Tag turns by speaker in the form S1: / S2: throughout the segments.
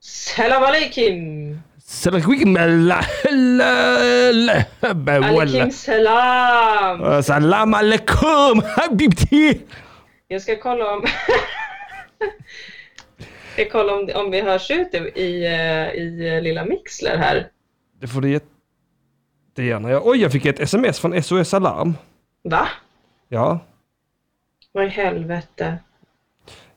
S1: Selam aleikim!
S2: Selakwik
S1: Aleikim selam!
S2: Eh, Salam alaikum habibti.
S1: Jag ska kolla om... jag ska kolla om, om vi hörs ut i, i, eh, i lilla Mixler här.
S2: Det får du jättegärna göra. Oj, jag fick ett sms från SOS Alarm.
S1: Va?
S2: Ja.
S1: Vad i helvete?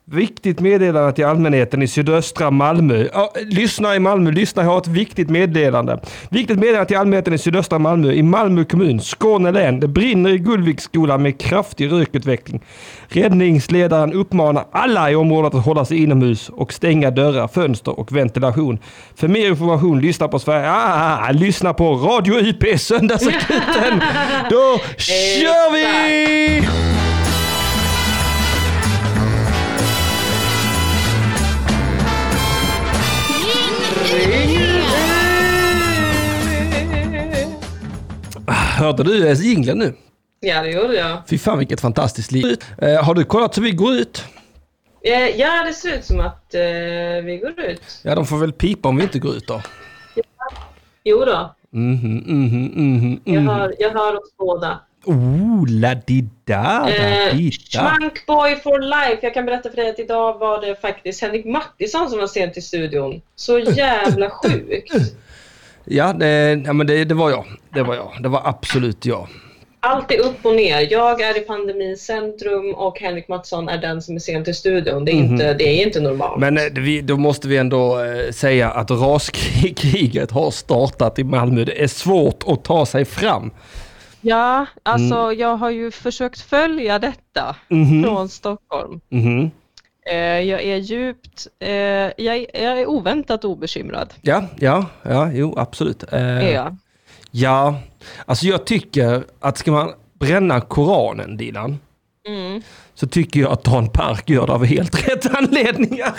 S2: Viktigt meddelande till allmänheten i sydöstra Malmö. Ja, lyssna i Malmö, lyssna, jag har ett viktigt meddelande. Viktigt meddelande till allmänheten i sydöstra Malmö, i Malmö kommun, Skåne län. Det brinner i Gullviksskolan med kraftig rökutveckling. Räddningsledaren uppmanar alla i området att hålla sig inomhus och stänga dörrar, fönster och ventilation. För mer information, lyssna på Sverige. Ah, lyssna på Radio IP Söndagsakuten. Då kör vi! Hörde du eh, jingeln nu?
S1: Ja, det gjorde jag.
S2: Fy fan vilket fantastiskt liv. Eh, har du kollat hur vi går ut?
S1: Eh, ja, det ser ut som att eh, vi går ut.
S2: Ja, de får väl pipa om vi inte går ut då.
S1: Jo då,
S2: Mhm, mhm, mhm,
S1: jag,
S2: mhm.
S1: hör, jag hör oss båda.
S2: Oh, la di da, la
S1: Eh,
S2: di da.
S1: Schmunk boy for life. Jag kan berätta för dig att idag var det faktiskt Henrik Mattisson som var sent i studion. Så jävla sjukt.
S2: Ja, det, ja men det, det var jag. Det var jag. Det var absolut jag.
S1: Allt är upp och ner. Jag är i pandemins centrum och Henrik Mattisson är den som är sent i studion. Det är inte, det är inte normalt.
S2: Mhm. Men eh, det- vi, då måste vi ändå eh, säga att raskriget har startat i Malmö. Det är svårt att ta sig fram.
S1: Ja, alltså jag har ju försökt följa detta
S2: Mm. Mhm.
S1: från Stockholm.
S2: Mhm.
S1: Eh, jag är djupt... Eh, jag, är- jag är oväntat obekymrad.
S2: Ja, ja, ja, jo, absolut. Eh,
S1: Är jag.
S2: Ja, alltså jag tycker att ska man bränna Koranen, Dilan,
S1: Mm.
S2: så tycker jag att Dan Park gör det av helt rätt anledningar.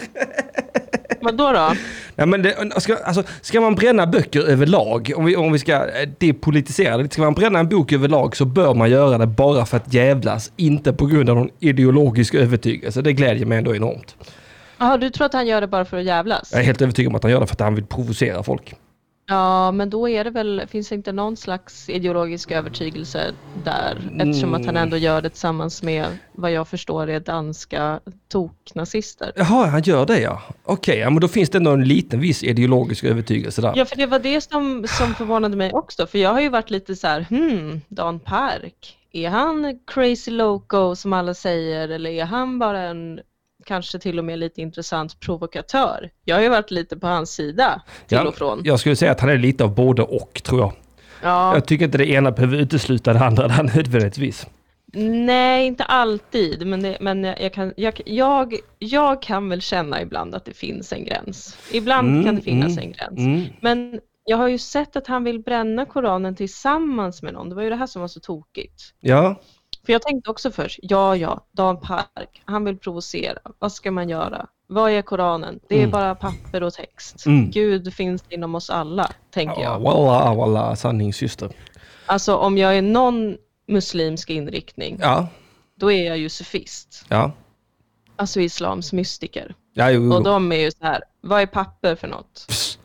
S1: Vadå då?
S2: Ja, men det, ska, alltså, ska man bränna böcker överlag, om vi, om vi ska eh, depolitisera det, ska man bränna en bok överlag så bör man göra det bara för att jävlas, inte på grund av någon ideologisk övertygelse. Det glädjer mig ändå enormt.
S1: Jaha, du tror att han gör det bara för att jävlas?
S2: Jag är helt övertygad om att han gör det för att han vill provocera folk.
S1: Ja, men då är det väl, finns det inte någon slags ideologisk övertygelse där? Eftersom att
S2: Mm.
S1: han ändå gör det tillsammans med, vad jag förstår, är danska toknazister.
S2: Jaha, han gör det ja. Okej, ja, men då finns det ändå en liten viss ideologisk övertygelse där.
S1: Ja, för det var det som, som förvånade mig också. För jag har ju varit lite så här, hmm, Dan Park, är han crazy loco som alla säger eller är han bara en kanske till och med lite intressant provokatör? Jag har ju varit lite på hans sida till
S2: Ja,
S1: och från.
S2: Jag skulle säga att han är lite av både och, tror jag.
S1: Ja.
S2: Jag tycker inte det ena behöver utesluta det andra där nödvändigtvis.
S1: Nej, inte alltid, men, det, men jag, jag, kan, jag, jag, jag kan väl känna ibland att det finns en gräns. Ibland
S2: Mm,
S1: kan det finnas
S2: mm,
S1: en gräns.
S2: Mm.
S1: Men jag har ju sett att han vill bränna Koranen tillsammans med någon. Det var ju det här som var så tokigt.
S2: Ja,
S1: För jag tänkte också först, ja, ja, Dan Park, han vill provocera. Vad ska man göra? Vad är Koranen? Det är
S2: Mm.
S1: bara papper och text.
S2: Mm.
S1: Gud finns inom oss alla, tänker
S2: ah,
S1: jag.
S2: walla, walla, sanningssyster.
S1: Alltså om jag är någon muslimsk inriktning,
S2: Ja,
S1: då är jag ju sufist.
S2: ja.
S1: alltså islams mystiker.
S2: Ja, jo, jo.
S1: Och de är ju så här, vad är papper för något?
S2: Pss,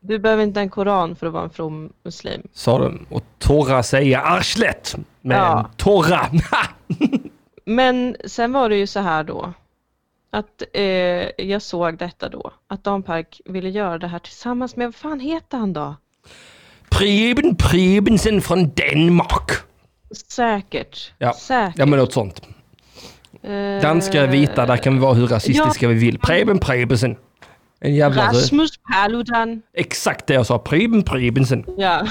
S1: Du behöver inte en koran för att vara en from muslim.
S2: sa de. Och torra säga arslet. Men
S1: Ja.
S2: torra. Ha!
S1: Men sen var det ju så här då, att eh, jag såg detta då, att Dan Park ville göra det här tillsammans med, vad fan heter han då?
S2: Preben Prebensen från Danmark.
S1: Säkert.
S2: Ja.
S1: Säkert.
S2: Ja, men något sånt.
S1: Eh,
S2: Danska, vita, där kan vi vara hur rasistiska vi vill. Preben Prebensen. En jävla röd.
S1: Rasmus Paludan.
S2: Exakt det jag sa. Preben Prebensen.
S1: Ja.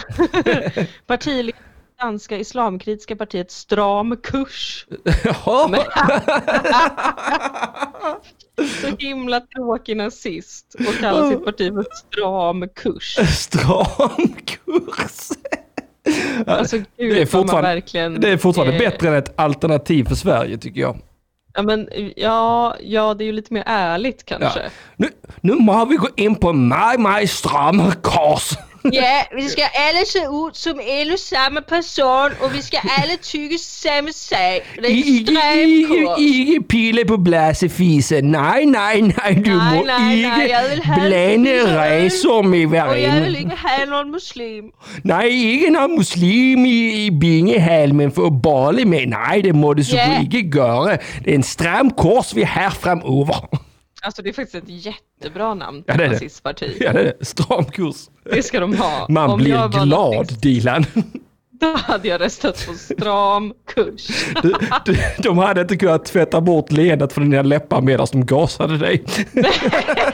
S1: Partiledare för danska islamkritiska partiet Stram kurs.
S2: Jaha.
S1: så himla tråkig nazist och kallar sitt parti för stram kurs.
S2: Stram kurs.
S1: Alltså gud
S2: Det är
S1: vad man
S2: fortfarande,
S1: verkligen...
S2: det är fortfarande
S1: eh,
S2: bättre än ett alternativ för Sverige tycker jag.
S1: Ja, men, ja, ja, det är ju lite mer ärligt
S2: Ja.
S1: kanske.
S2: Nu, nu må vi gå in på My My Stram Kors.
S1: Ja, vi ska alla se ut som alla samma person och vi ska alla tycka samma sak. Det är extremt kort.
S2: ikke pille på blæsefise. Nej, nej, nej, du
S1: Nej,
S2: må
S1: nej, nej,
S2: ikke
S1: jeg vil have en
S2: blande
S1: fisse.
S2: resum i
S1: Och jag vill
S2: varenda.
S1: inte ha någon muslim.
S2: Nej, ikke når muslim i, i bingehalmen får bolle med. Nej, det må du så
S1: Ja.
S2: ikke gøre. Det er en stram kurs, vi har fremover.
S1: Alltså det är faktiskt ett jättebra namn
S2: Ja,
S1: på
S2: det är det.
S1: nazistparti.
S2: Ja, det er stram kurs.
S1: Det ska de ha.
S2: Man
S1: Om
S2: blir
S1: jag var
S2: glad,
S1: nazist,
S2: Dilan.
S1: Då hade jag röstat på stram kurs.
S2: Du, du, de hade inte kunnat tvätta bort leendet från dina läppar medan de gasade dig.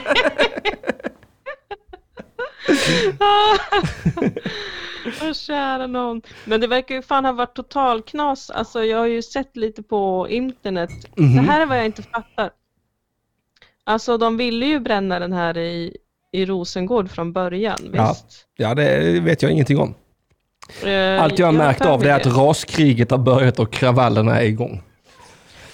S1: Åh kära någon. Men det verkar ju fan ha varit totalknas. Alltså jag har ju sett lite på internet.
S2: Mhm.
S1: Det här är vad jag inte fattar. Alltså de ville ju bränna den här i, i Rosengård från början.
S2: Ja.
S1: Visst?
S2: Ja, det vet jag ingenting om.
S1: Eh,
S2: Allt jag har märkt
S1: för
S2: av
S1: mig
S2: det är att raskriget har börjat och kravallerna är igång.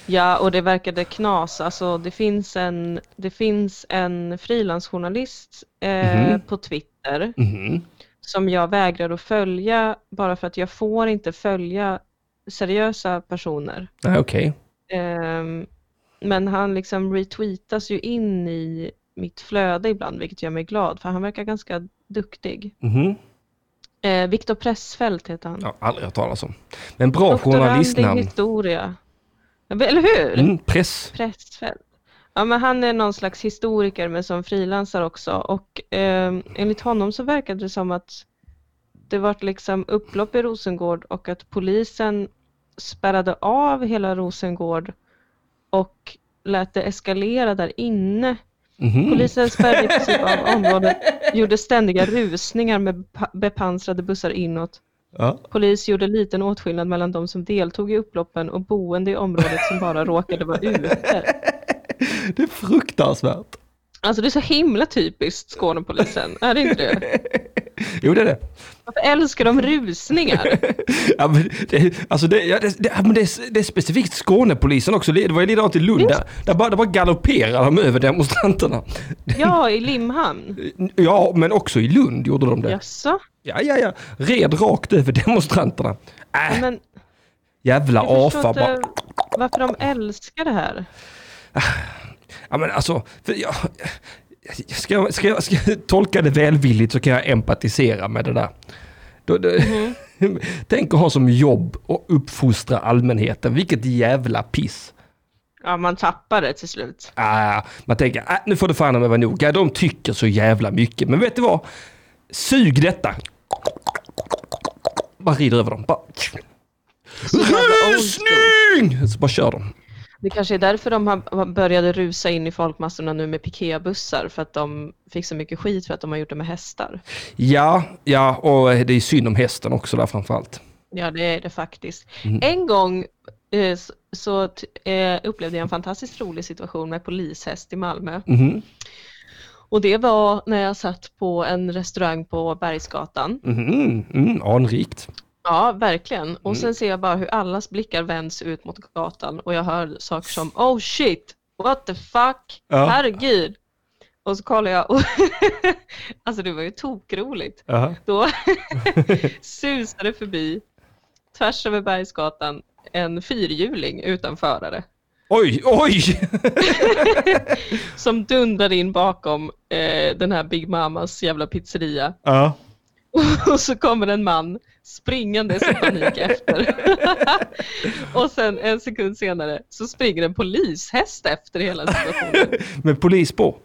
S1: Ja, och det verkade knas. Alltså, det finns en, det finns en frilansjournalist eh,
S2: Mhm.
S1: på Twitter
S2: Mhm.
S1: som jag vägrar att följa bara för att jag får inte följa seriösa personer.
S2: Nej, okej.
S1: Ehm, men han liksom retweetas ju in i mitt flöde ibland, vilket gör mig glad, för han verkar ganska duktig.
S2: Mhm.
S1: Eh, Viktor Pressfeldt heter han.
S2: Jag har aldrig hört talas om. Men bra
S1: i
S2: journalistnamn.
S1: historia. Eller hur?
S2: Mm, press.
S1: Pressfeldt. Ja, men han är någon slags historiker men som frilansar också och eh, enligt honom så verkade det som att det vart liksom upplopp i Rosengård och att polisen spärrade av hela Rosengård och lät det eskalera där inne.
S2: Mhm.
S1: Polisen spärrade i princip av området, gjorde ständiga rusningar med pa- bepansrade bussar inåt.
S2: Ja.
S1: Polis gjorde liten åtskillnad mellan de som deltog i upploppen och boende i området som bara råkade vara ute.
S2: Det är fruktansvärt.
S1: Alltså det är så himla typiskt Skånepolisen, är det inte det?
S2: Jo, det är det.
S1: Varför älskar de rusningar?
S2: Ja, men det, alltså det, ja, det, det, ja, men det, är- det är specifikt Skånepolisen också. Det var ju likadant i Lund. Där, där, bara, där bara galopperade de över demonstranterna.
S1: Ja, i Limhamn.
S2: Ja, men också i Lund gjorde de det.
S1: Jaså?
S2: Ja, Äh, ja, ja. Red rakt över demonstranterna. Äh,
S1: Men
S2: jävla
S1: jag
S2: apa
S1: förstår
S2: bara.
S1: inte varför de älskar det här.
S2: Ja, men alltså, för jag, ska, jag, ska, jag, ska jag tolka det välvilligt så kan jag empatisera med det där. Då, då,
S1: Mhm.
S2: Tänk att ha som jobb och uppfostra allmänheten. Vilket jävla piss.
S1: Ja, man tappar det till slut.
S2: Ah, man tänker, ah, nu får det fan med vara nog. Ja, de tycker så jävla mycket. Men vet du vad? Sug detta. Bara rider över dem. Bara...
S1: Så jävla old school.
S2: Rusning! Så bara kör de.
S1: Det kanske är därför de har började rusa in i folkmassorna nu med piketbussar för att de fick så mycket skit för att de har gjort det med hästar.
S2: Ja, ja, och eh, det är synd om hästen också där framförallt.
S1: Ja, det är det faktiskt.
S2: Mm.
S1: En gång eh, s- så t- eh, upplevde jag en fantastiskt rolig situation med polishäst i Malmö.
S2: Mhm,
S1: Och det var när jag satt på en restaurang på Bergsgatan.
S2: mhm, mm, anrikt.
S1: Ja, verkligen. Och sen ser jag bara hur allas blickar vänds ut mot gatan och jag hör saker som Oh shit, what the fuck,
S2: Ja.
S1: herregud. Och så kollar jag och alltså det var ju tokroligt. Då susade förbi tvärs över Bergsgatan en fyrhjuling utan förare
S2: Oj, oj!
S1: som dundrade in bakom eh, den här Big Mamas jävla pizzeria.
S2: Ja.
S1: Och så kommer en man springandes i panik efter. och sen en sekund senare så springer en polishäst efter hela situationen.
S2: Med polis på.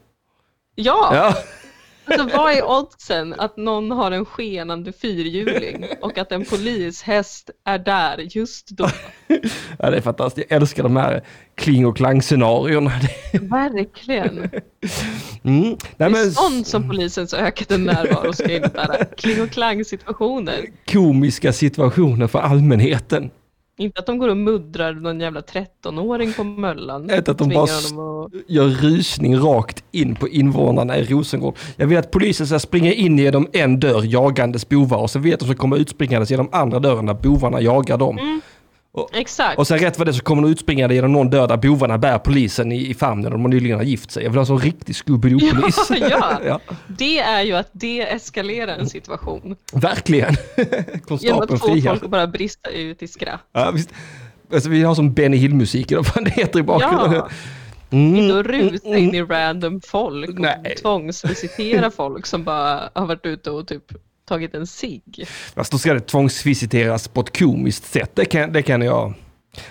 S1: Ja,
S2: Ja.
S1: alltså vad är oddsen att någon har en skenande fyrhjuling och att en polishäst är där just då?
S2: ja, det är fantastiskt. Jag älskar de här kling och klang-scenarierna.
S1: Verkligen.
S2: Mm. Nej,
S1: Det är
S2: men
S1: sånt som polisens ökade närvaro ska innebära. Kling och klang situationer.
S2: komiska situationer för allmänheten.
S1: Inte att de går och muddrar någon jävla 13-åring på Möllan.
S2: Inte att de
S1: Tvingar
S2: bara s-
S1: honom att-
S2: Gör rusning rakt in på invånarna i Rosengård. Jag vill att polisen ska springa in genom en dörr jagandes bovar och så vet de som kommer utspringandes genom andra dörren där bovarna jagar dem.
S1: Exakt.
S2: Och sen rätt vad det är så kommer de utspringande genom någon dörr där bovarna bär polisen i, i famnen och de nyligen har gift sig. Jag vill ha en sån riktig Scooby-Doo-polis.
S1: Ja, ja.
S2: ja,
S1: Det är ju att det eskalerar en situation.
S2: verkligen.
S1: Genom att
S2: Konstapeln
S1: få
S2: friar.
S1: folk att bara brista ut i skratt.
S2: Ja, visst. Alltså, vi har som Benny Hill-musik eller vad det heter i bakgrunden.
S1: Ja.
S2: Mm,
S1: In och rusa
S2: mm,
S1: in i random folk och
S2: Nej.
S1: tvångsvisitera folk som bara har varit ute och typ tagit en cigg.
S2: Fast då ska det tvångsvisiteras på ett komiskt sätt. Det kan, det kan jag...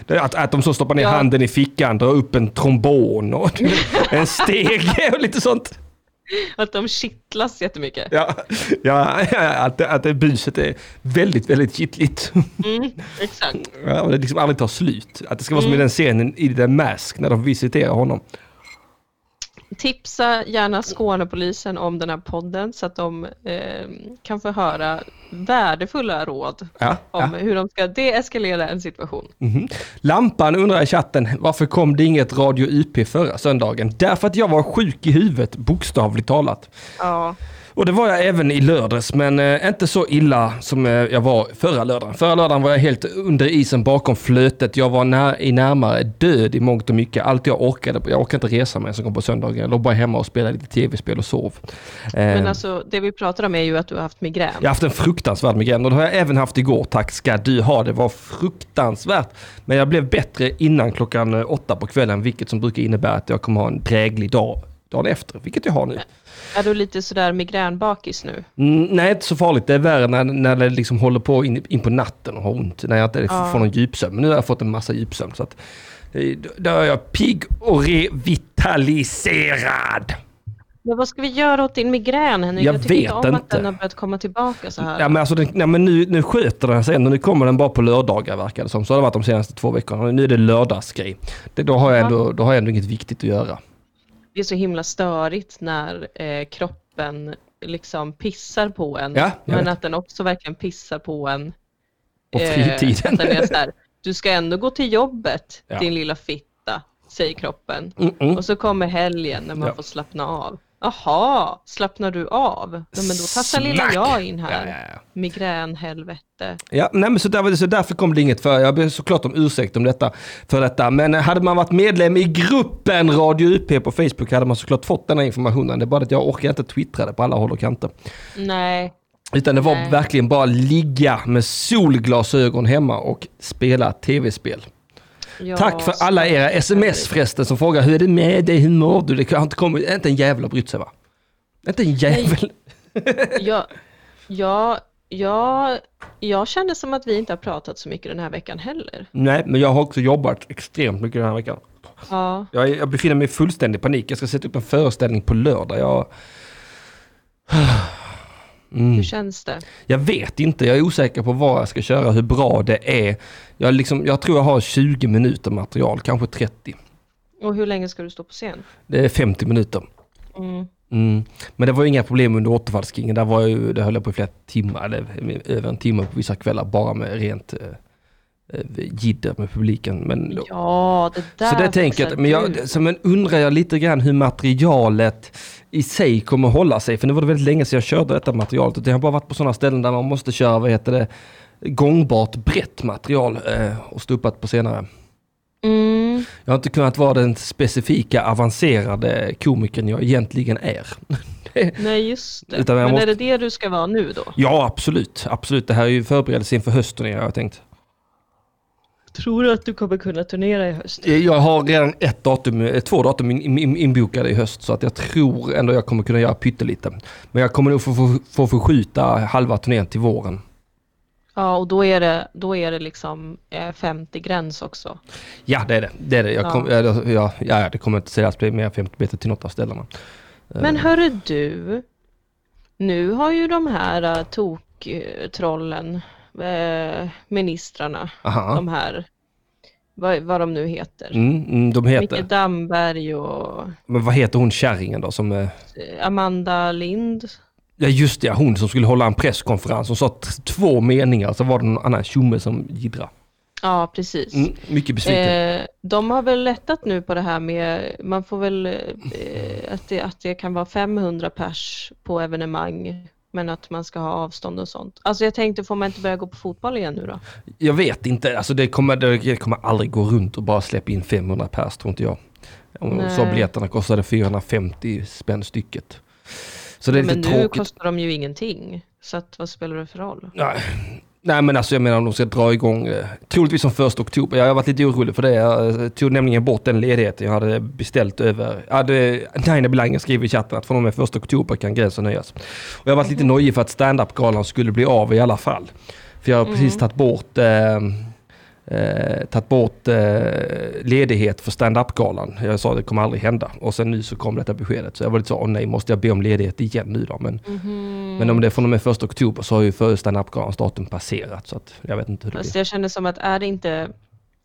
S2: Det, att, att de så stoppar ner
S1: Ja.
S2: handen i fickan, drar upp en trombon och en stege och lite sånt.
S1: Att de kittlas jättemycket.
S2: Ja, ja ja, att, det- att det buset är väldigt, väldigt kittligt.
S1: Mm, exakt.
S2: Ja, och det liksom aldrig tar slut. Att det ska vara
S1: Mm.
S2: som i den scenen i The Mask när de visiterar honom.
S1: Tipsa gärna Skånepolisen om den här podden så att de eh, kan få höra värdefulla råd
S2: Ja,
S1: om
S2: ja.
S1: hur de ska deeskalera en situation.
S2: Mhm. Lampan undrar i chatten, varför kom det inget Radio UP förra söndagen? Därför att jag var sjuk i huvudet, bokstavligt talat.
S1: Ja,
S2: Och det var jag även i lördags, men eh, inte så illa som eh, jag var förra lördagen. Förra lördagen var jag helt under isen bakom flötet. Jag var när, i närmare död i mångt och mycket. Allt jag orkade, jag orkade inte resa mig ens en gång på söndagen. Jag låg bara hemma och spelade lite tv-spel och sov.
S1: men
S2: Eh,
S1: alltså det vi pratar om är ju att du har haft migrän.
S2: jag har haft en fruktansvärd migrän och det har jag även haft igår, tack ska du ha. Det var fruktansvärt. Men jag blev bättre innan klockan eh, åtta på kvällen, vilket som brukar innebära att jag kommer ha en dräglig dag dagen efter, vilket jag har nu.
S1: Är du lite sådär migränbakis nu?
S2: Mm, nej, inte så farligt. Det är värre när, när det liksom håller på in, in på natten och har ont. När jag inte
S1: Ja.
S2: får någon djupsömn. Men nu har jag fått en massa djupsömn. Så att, eh, då- då är jag pigg och revitaliserad.
S1: Men vad ska vi göra åt din migrän Henrik?
S2: Jag
S1: Jag, tycker
S2: vet
S1: inte om att
S2: inte.
S1: den har börjat komma tillbaka så här.
S2: Ja, men alltså den, nej, men nu, nu sköter den sig ändå. Nu kommer den bara på lördagar verkar det som. Så har det varit de senaste två veckorna. Nu är det lördagsgrej. Det, då, har jag
S1: Ja.
S2: ändå, då har jag ändå inget viktigt att göra.
S1: Det är så himla störigt när eh, kroppen liksom pissar på en.
S2: Ja, jag
S1: men
S2: vet.
S1: att den också verkligen pissar på en.
S2: På
S1: eh,
S2: fritiden.
S1: att den är så här, du ska ändå gå till jobbet
S2: Ja.
S1: din lilla fitta, säger kroppen.
S2: Mm -mm.
S1: Och så kommer helgen när man
S2: Ja.
S1: får slappna av. Jaha, slappnar du av? Ja, men då tassar lilla
S2: Snack!
S1: jag in här.
S2: Ja, ja, ja.
S1: Migränhelvete.
S2: Ja, nej, men så, där, var det- så därför kom det inget för. Jag ber såklart om ursäkt om detta, för detta. Men eh, hade man varit medlem i gruppen Radio UP på Facebook hade man såklart fått den här informationen. Det är bara att jag orkar inte twittra det på alla håll och kanter.
S1: Nej,
S2: Utan det var
S1: Nej.
S2: verkligen bara ligga med solglasögon hemma och spela tv-spel.
S1: jag
S2: Tack för alla era sms förresten som frågar hur är det med dig, hur mår du? Det har inte kommit, inte en jävel har brytt sig va? Inte en jävel.
S1: jag, jag, jag, jag känner som att vi inte har pratat så mycket den här veckan heller.
S2: Nej, men jag har också jobbat extremt mycket den här veckan.
S1: Ja,
S2: Jag, jag befinner mig i fullständig panik. Jag ska sätta upp en föreställning på lördag. Jag, Mm.
S1: hur känns det?
S2: jag vet inte, jag är osäker på vad jag ska köra, hur bra det är. Jag, liksom, jag tror jag har 20 minuter material, kanske 30.
S1: Och hur länge ska du stå på scen?
S2: Det är 50 minuter.
S1: Mm.
S2: Mm. Men det var ju inga problem under återfallskingen. Där var jag, ju- det höll jag på i flera timmar, eller över en timme på vissa kvällar, bara med rent eh, eh, jidder med publiken. Men
S1: Ja, det där
S2: Så det tänker
S1: fixar
S2: jag, men
S1: du.
S2: jag, så, men undrar jag lite grann hur materialet i sig kommer hålla sig. För nu var det väldigt länge sedan jag körde detta materialet. Utan Jag har bara varit på sådana ställen där man måste köra, vad heter det, gångbart brett material eh, och stå uppat på senare.
S1: Mm.
S2: Jag har inte kunnat vara den specifika avancerade komikern jag egentligen är.
S1: Nej, just det.
S2: Utan jag
S1: men
S2: måste-
S1: är det det du ska vara nu då?
S2: Ja, absolut. Absolut. Det här är ju förberedelse inför hösten jag har tänkt.
S1: Tror du att du kommer kunna turnera i höst?
S2: Eh, Jag har redan ett datum, eh, två datum in- in- inbokade i höst så att jag tror ändå jag kommer kunna göra pyttelite. Men jag kommer nog få, få, få förskjuta halva turnén till våren.
S1: Ja, och då är det, då är det liksom eh, 50 gräns också.
S2: Ja, det är det. det, är det. Jag
S1: Ja.
S2: kom, ja. Ja, ja, ja, det kommer inte säljas mer än 50 biljetter till något av ställena. Eh,
S1: Men hörru du, nu har ju de här uh, toktrollen, eh, ministrarna,
S2: Aha.
S1: de här, vad, vad de nu heter.
S2: Mm, mm, de heter...
S1: Micke Damberg och
S2: Men vad heter hon kärringen då som... eh,
S1: eh, Amanda Lind.
S2: Ja just det, ja, hon som skulle hålla en presskonferens. Hon sa t- två meningar, så var det någon annan tjomme som jiddra.
S1: Ja, precis.
S2: Mm, mycket besviken.
S1: Eh, de har väl lättat nu på det här med, man får väl, eh, att, det, att det kan vara 500 pers på evenemang Men att man ska ha avstånd och sånt. Alltså jag tänkte, får man inte börja gå på fotboll igen nu då?
S2: Jag vet inte, alltså det kommer, det kommer aldrig gå runt och bara släppa in 500 pers tror inte jag. Om
S1: Nej.
S2: så biljetterna kostade 450 spänn stycket. Så det är
S1: Men
S2: lite
S1: nu
S2: tråkigt.
S1: kostar de ju ingenting. Så att, vad spelar det för roll?
S2: Nej. Nej men alltså jag menar om de ska dra igång, eh, troligtvis som första oktober. Jag har varit lite orolig för det. Jag eh, tog nämligen bort den ledigheten jag hade beställt över. Ja, det- Naina Belanger skriver i chatten att från och med första oktober kan gränsen höjas. Och jag har varit lite nojig för att standup-galan skulle bli av i alla fall. För jag har
S1: Mm.
S2: precis tagit bort, eh, eh, tagit bort eh, ledighet för standup-galan. Jag sa det kommer aldrig hända. Och sen nu så kom detta beskedet. Så jag var lite så, åh nej, måste jag be om ledighet igen nu då? Men
S1: Mm-hmm.
S2: men om det är från och med 1 oktober så har ju för standup-galans datum passerat så att jag vet inte hur det
S1: Fast Alltså,
S2: blir.
S1: jag känner som att är det inte,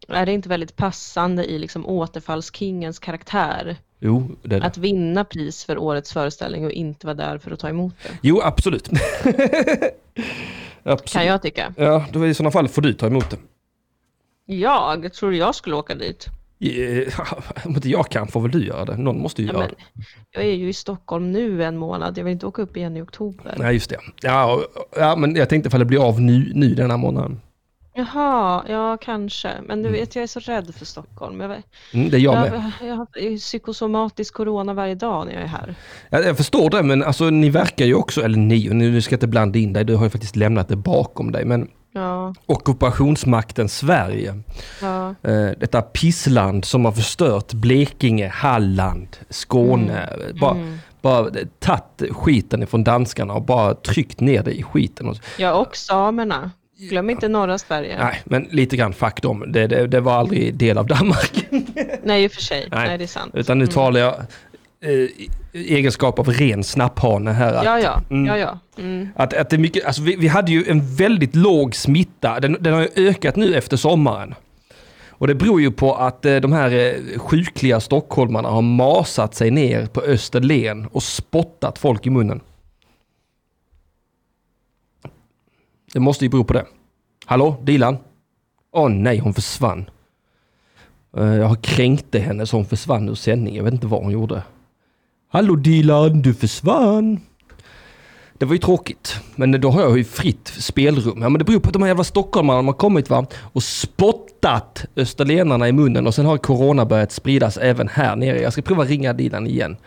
S1: är det inte väldigt passande i liksom återfallskingens karaktär
S2: Jo, det är det.
S1: att vinna pris för årets föreställning och inte vara där för att ta emot det?
S2: Jo, absolut.
S1: Kan
S2: absolut.
S1: jag tycka.
S2: Ja, då i sådana fall får du ta emot det.
S1: Jag tror jag skulle åka dit.
S2: Ja, Eh, Om inte jag kan får väl du göra det. Någon måste ju
S1: Ja,
S2: göra
S1: men,
S2: det.
S1: jag är ju i Stockholm nu en månad, jag vill inte åka upp igen i oktober.
S2: Nej, just det. Ja, och- ja, men jag tänkte ifall det blir av nu, nu den här månaden.
S1: Jaha, ja kanske. Men du vet, jag är så rädd för Stockholm. Jag, vet-
S2: Mm, det är Mm. jag med.
S1: jag, jag har jag är psykosomatisk corona varje dag när jag är här.
S2: Ja, Jag förstår det, men alltså, ni verkar ju också, eller ni, och nu nu ska jag inte blanda in dig, du har ju faktiskt lämnat det bakom dig, men
S1: Ja,
S2: ockupationsmakten Sverige
S1: ja.
S2: Eh, detta pissland som har förstört Blekinge, Halland, Skåne. eh, Bara, bara tatt skiten ifrån danskarna och bara tryckt ner det i skiten. Och,
S1: Jag och samerna. Glöm inte norra Sverige.
S2: Nej, men lite grann fuck dem. Det, det, det var aldrig del av Danmark.
S1: Nej, i och för sig.
S2: Nej.
S1: Nej, det är sant.
S2: Utan nu talar jag eh, i- i egenskap av ren snapphane här. Att,
S1: Ja, ja. ja, ja. Mm.
S2: att, att det är mycket, alltså vi, vi hade ju en väldigt låg smitta. Den, den har ju ökat nu efter sommaren. Och det beror ju på att eh, de här eh, sjukliga stockholmarna har masat sig ner på Österlen och spottat folk i munnen. Det måste ju bero på det. Hallå, Dilan? Åh nej, hon försvann. Eh, Jag kränkte henne så hon försvann ur sändning. Jag vet inte vad hon gjorde. Hallå Dilan, du försvann. Det var ju tråkigt, men då har jag ju fritt spelrum. Ja, men det beror på att de här jävla stockholmarna de har kommit va och spottat österlenarna i munnen och sen har corona börjat spridas även här nere. Jag ska prova ringa Dilan igen.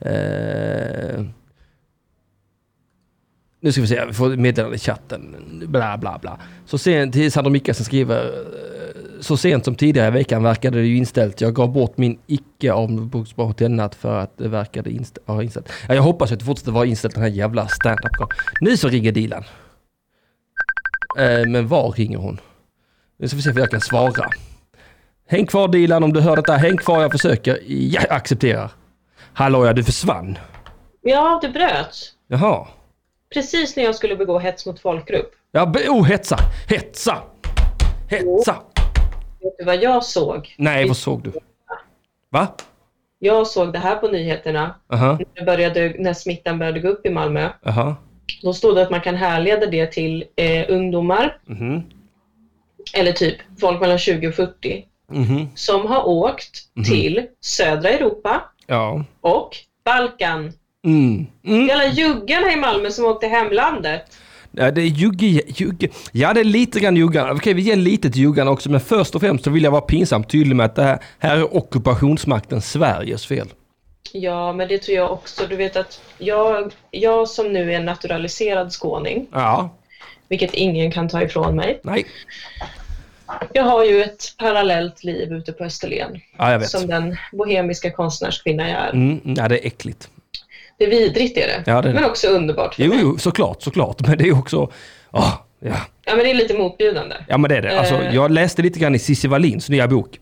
S2: Eh... Nu ska vi se, vi får meddelande i chatten. Bla bla bla. Så sent, Sandra Mickelsen skriver eh, så sent som tidigare i veckan verkade det ju inställt. Jag gav bort min icke avboksbara hotellnatt för att det verkade inst- vara inställt. Ja, jag hoppas att det fortsätter vara inställt den här jävla stand-up -gången. Nu så ringer Dilan. Eh, men var ringer hon? Nu ska vi se om jag kan svara. Häng kvar Dilan om du hör detta. Häng kvar, jag försöker. Jag accepterar. Hallå ja, du försvann.
S1: Ja, det bröts.
S2: Jaha.
S1: Precis när jag skulle begå hets mot folkgrupp.
S2: Ja, be- oh, hetsa! Hetsa! Hetsa!
S1: Vet du vad jag såg?
S2: Nej, vad såg du? Va?
S1: Jag såg det här på nyheterna
S2: Aha,
S1: när, det började, när smittan började gå upp i Malmö.
S2: aha.
S1: Då stod det att man kan härleda det till eh, ungdomar
S2: Mhm,
S1: eller typ folk mellan 20 och 40
S2: mhm.
S1: som har åkt till södra Europa
S2: Ja.
S1: och Balkan.
S2: Mm. Mm.
S1: Alla juggarna i Malmö som åkte hemlandet.
S2: Ja, det är jugge, jugge. Ja, det är lite grann juggarna. Okej, vi ger lite till juggarna också, men först och främst så vill jag vara pinsamt tydlig med att det här, här är ockupationsmakten Sveriges fel.
S1: Ja, men det tror jag också. Du vet att jag, jag som nu är en naturaliserad skåning,
S2: Ja,
S1: vilket ingen kan ta ifrån mig.
S2: nej.
S1: Jag har ju ett parallellt liv ute på Österlen
S2: Ja, jag vet.
S1: som den bohemiska konstnärskvinna jag är.
S2: Mm, ja, det är äckligt.
S1: Det är vidrigt är det,
S2: Ja, det är det.
S1: men också underbart. För
S2: Jo,
S1: mig.
S2: jo, såklart, såklart. Men det är också... ah, ja.
S1: Ja, men det är lite motbjudande.
S2: ja, men det är det. Alltså,
S1: Eh.
S2: jag läste lite grann i Cissi Wallins nya bok.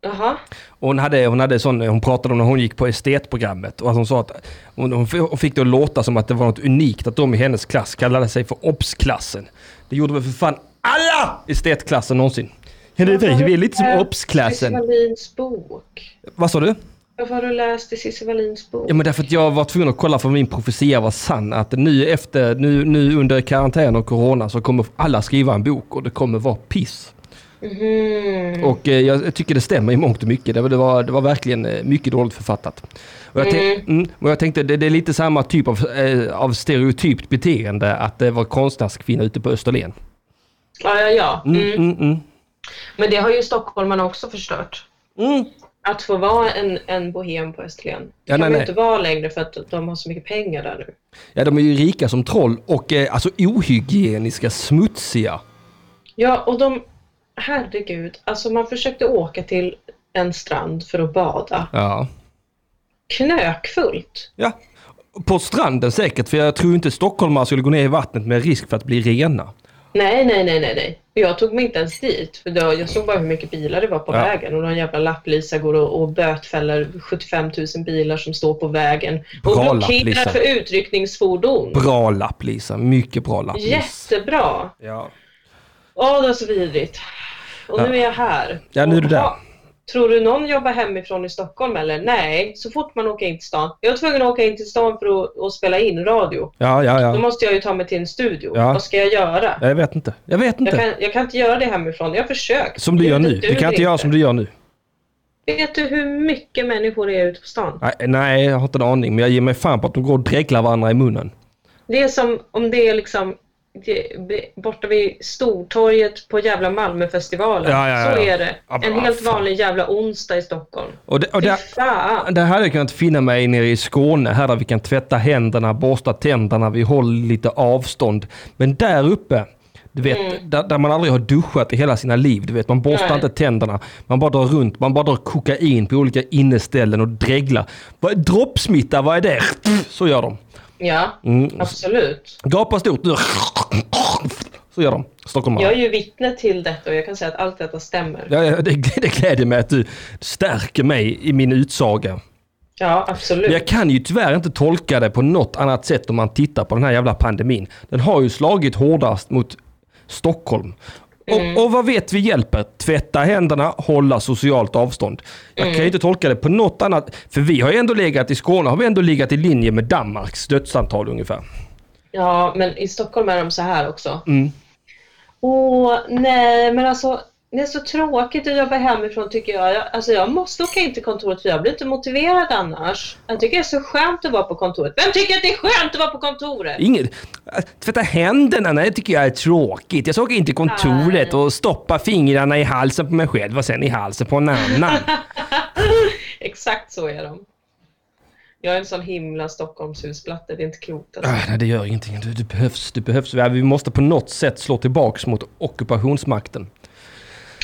S1: Jaha.
S2: Och Hon, hade, hon, hade sån, hon pratade om när hon gick på estetprogrammet och att hon sa att hon, hon f- hon fick det att låta som att det var något unikt att de i hennes klass kallade sig för obs-klassen. Det gjorde väl för fan alla estetklassen någonsin. Ja, det är vi, vi är lite som
S1: Eh, Cissi
S2: obs-klassen.
S1: Wallins bok.
S2: Vad sa du?
S1: Varför har du läst i Cissi Wallins bok?
S2: Ja men därför att jag var tvungen att kolla för min profetia var sann. Att nu efter, nu, nu under karantän och corona så kommer alla skriva en bok och det kommer vara piss.
S1: Mhm.
S2: Och eh, jag tycker det stämmer i mångt och mycket. Det var, det var, det var verkligen eh, mycket dåligt författat. Och jag, tänk,
S1: Mm.
S2: mm, och jag tänkte, det, det är lite samma typ av, eh, av stereotypt beteende att det var konstnärskvinna ute på Österlen.
S1: Ja, ja, ja.
S2: Mm,
S1: Mm.
S2: mm, mm.
S1: Men det har ju stockholmarna också förstört.
S2: Mm.
S1: Att få vara en, en bohem på Österlen. Det
S2: Ja,
S1: kan
S2: nej,
S1: man ju
S2: nej.
S1: inte vara längre för att de har så mycket pengar där nu.
S2: Ja, de är ju rika som troll och eh, alltså ohygieniska, smutsiga.
S1: Ja, och de... Herregud. Alltså man försökte åka till en strand för att bada.
S2: Ja.
S1: Knökfullt.
S2: ja. På stranden säkert, för jag tror inte stockholmare skulle gå ner i vattnet med risk för att bli rena.
S1: Nej, nej, nej, nej, nej. Och Jag tog mig inte ens dit. För då, jag såg bara hur mycket bilar det var på
S2: Ja.
S1: vägen. Och någon jävla lapplisa går och, och bötfäller 75 000 bilar som står på vägen. Och
S2: Bra
S1: blockerar
S2: lapplisa.
S1: för utryckningsfordon.
S2: Bra lapp, Lisa. Mycket bra lapp. Yes.
S1: Jättebra.
S2: Ja.
S1: Ja, det var så vidrigt. Och nu är jag här.
S2: Ja, nu är du
S1: Och,
S2: där.
S1: ja, Tror du någon jobbar hemifrån i Stockholm eller? Nej, så fort man åker in till stan. Jag var tvungen att åka in till stan för att, att spela in radio.
S2: Ja, ja,
S1: Då
S2: ja.
S1: måste jag ju ta mig till en studio.
S2: Ja.
S1: Vad ska jag göra?
S2: Jag vet inte. Jag vet
S1: Jag
S2: inte.
S1: kan, jag kan inte göra det hemifrån. Jag har försökt.
S2: Som du gör
S1: Det
S2: nu. Du
S1: duger
S2: kan inte göra som du gör nu.
S1: Vet du hur mycket människor är ute på stan?
S2: Nej, nej, jag har inte en aning. Men jag ger mig fan på att de går och dreglar varandra i munnen.
S1: Det är som om det är liksom det- borta vid Stortorget på jävla Malmöfestivalen.
S2: Ja, ja, ja,
S1: Så
S2: ja.
S1: är det.
S2: Ja, men
S1: En
S2: vad
S1: helt
S2: fan.
S1: vanlig jävla onsdag i Stockholm.
S2: Och det, och
S1: Fy
S2: det,
S1: fan.
S2: det här hade jag kunnat finna mig nere i Skåne, här där vi kan tvätta händerna, borsta tänderna, vi håller lite avstånd. Men där uppe, du vet, där, där man aldrig har duschat i hela sina liv, du vet, man borstar
S1: Mm. Nej.
S2: inte tänderna, man bara drar runt, man bara drar kokain på olika inneställen och dreglar. Vad- Droppsmitta, vad är det? Så gör de.
S1: Ja,
S2: Mm.
S1: absolut.
S2: Gapa stort nu. Så gör de, stockholmare.
S1: Jag är ju vittne till detta och jag kan säga att allt detta stämmer.
S2: Ja, ja, det, det gläder mig att du stärker mig i min utsaga.
S1: Ja,
S2: Men
S1: absolut.
S2: jag kan ju tyvärr inte tolka det på något annat sätt om man tittar på den här jävla pandemin. Den har ju slagit hårdast mot Stockholm. Och, och vad vet vi hjälper? Tvätta händerna, hålla socialt avstånd. Jag kan ju inte tolka det på något annat. För vi har ju ändå legat i Skåne, har vi ändå legat i linje med Danmarks dödsantal ungefär.
S1: Ja, men i Stockholm är de så här också. Åh, nej, men alltså det är så tråkigt att jobba hemifrån tycker jag. jag. Alltså jag måste åka in till kontoret för jag blir inte motiverad annars. Jag tycker det är så skönt att vara på kontoret. Vem tycker att det är skönt att vara på kontoret?
S2: Inget. Att Tvätta händerna, nej det tycker jag är tråkigt. Jag ska åka in till kontoret och stoppa fingrarna i halsen på mig själv och sen i halsen på en annan.
S1: Exakt så är de. Jag är en sån himla Stockholmshusplatte, det är inte klokt. Alltså.
S2: Ah, nej, det gör ingenting. Du, du behövs. Du behövs. Vi- Vi måste på något sätt slå tillbaks mot ockupationsmakten.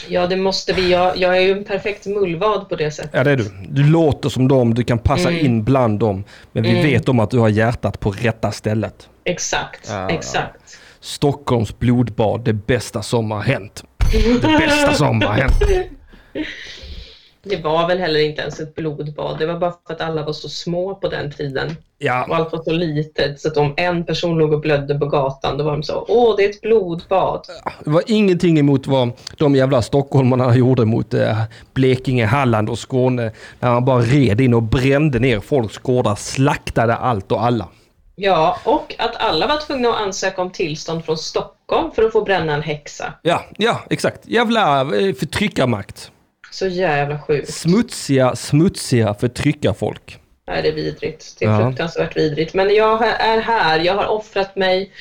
S1: Ja, det måste vi. Jag, jag är ju en perfekt mullvad på det sättet.
S2: Ja, det är du. Du låter som dem. Du kan passa in bland dem. Men vi vet om att du har hjärtat på rätta stället.
S1: Exakt,
S2: Ja, ja.
S1: exakt.
S2: Stockholms blodbad, det bästa som har hänt. Det bästa som har hänt.
S1: Det var väl heller inte ens ett blodbad. Det var bara för att alla var så små på den tiden. Och
S2: Ja,
S1: allt var så litet. Så att om en person låg och blödde på gatan, då var de så Åh, det är ett blodbad.
S2: det var ingenting emot vad de jävla stockholmarna gjorde mot eh, Blekinge, Halland och Skåne. När man bara red in och brände ner folks gårdar, slaktade allt och alla.
S1: Ja, och att alla var tvungna att ansöka om tillstånd från Stockholm för att få bränna en häxa.
S2: Ja, ja, exakt. Jävla eh, förtryckarmakt.
S1: Så jävla sjukt.
S2: Smutsiga, smutsiga förtryckarfolk.
S1: Nej, det är vidrigt. Det är
S2: Ja.
S1: fruktansvärt vidrigt. Men jag är här. Jag har offrat mig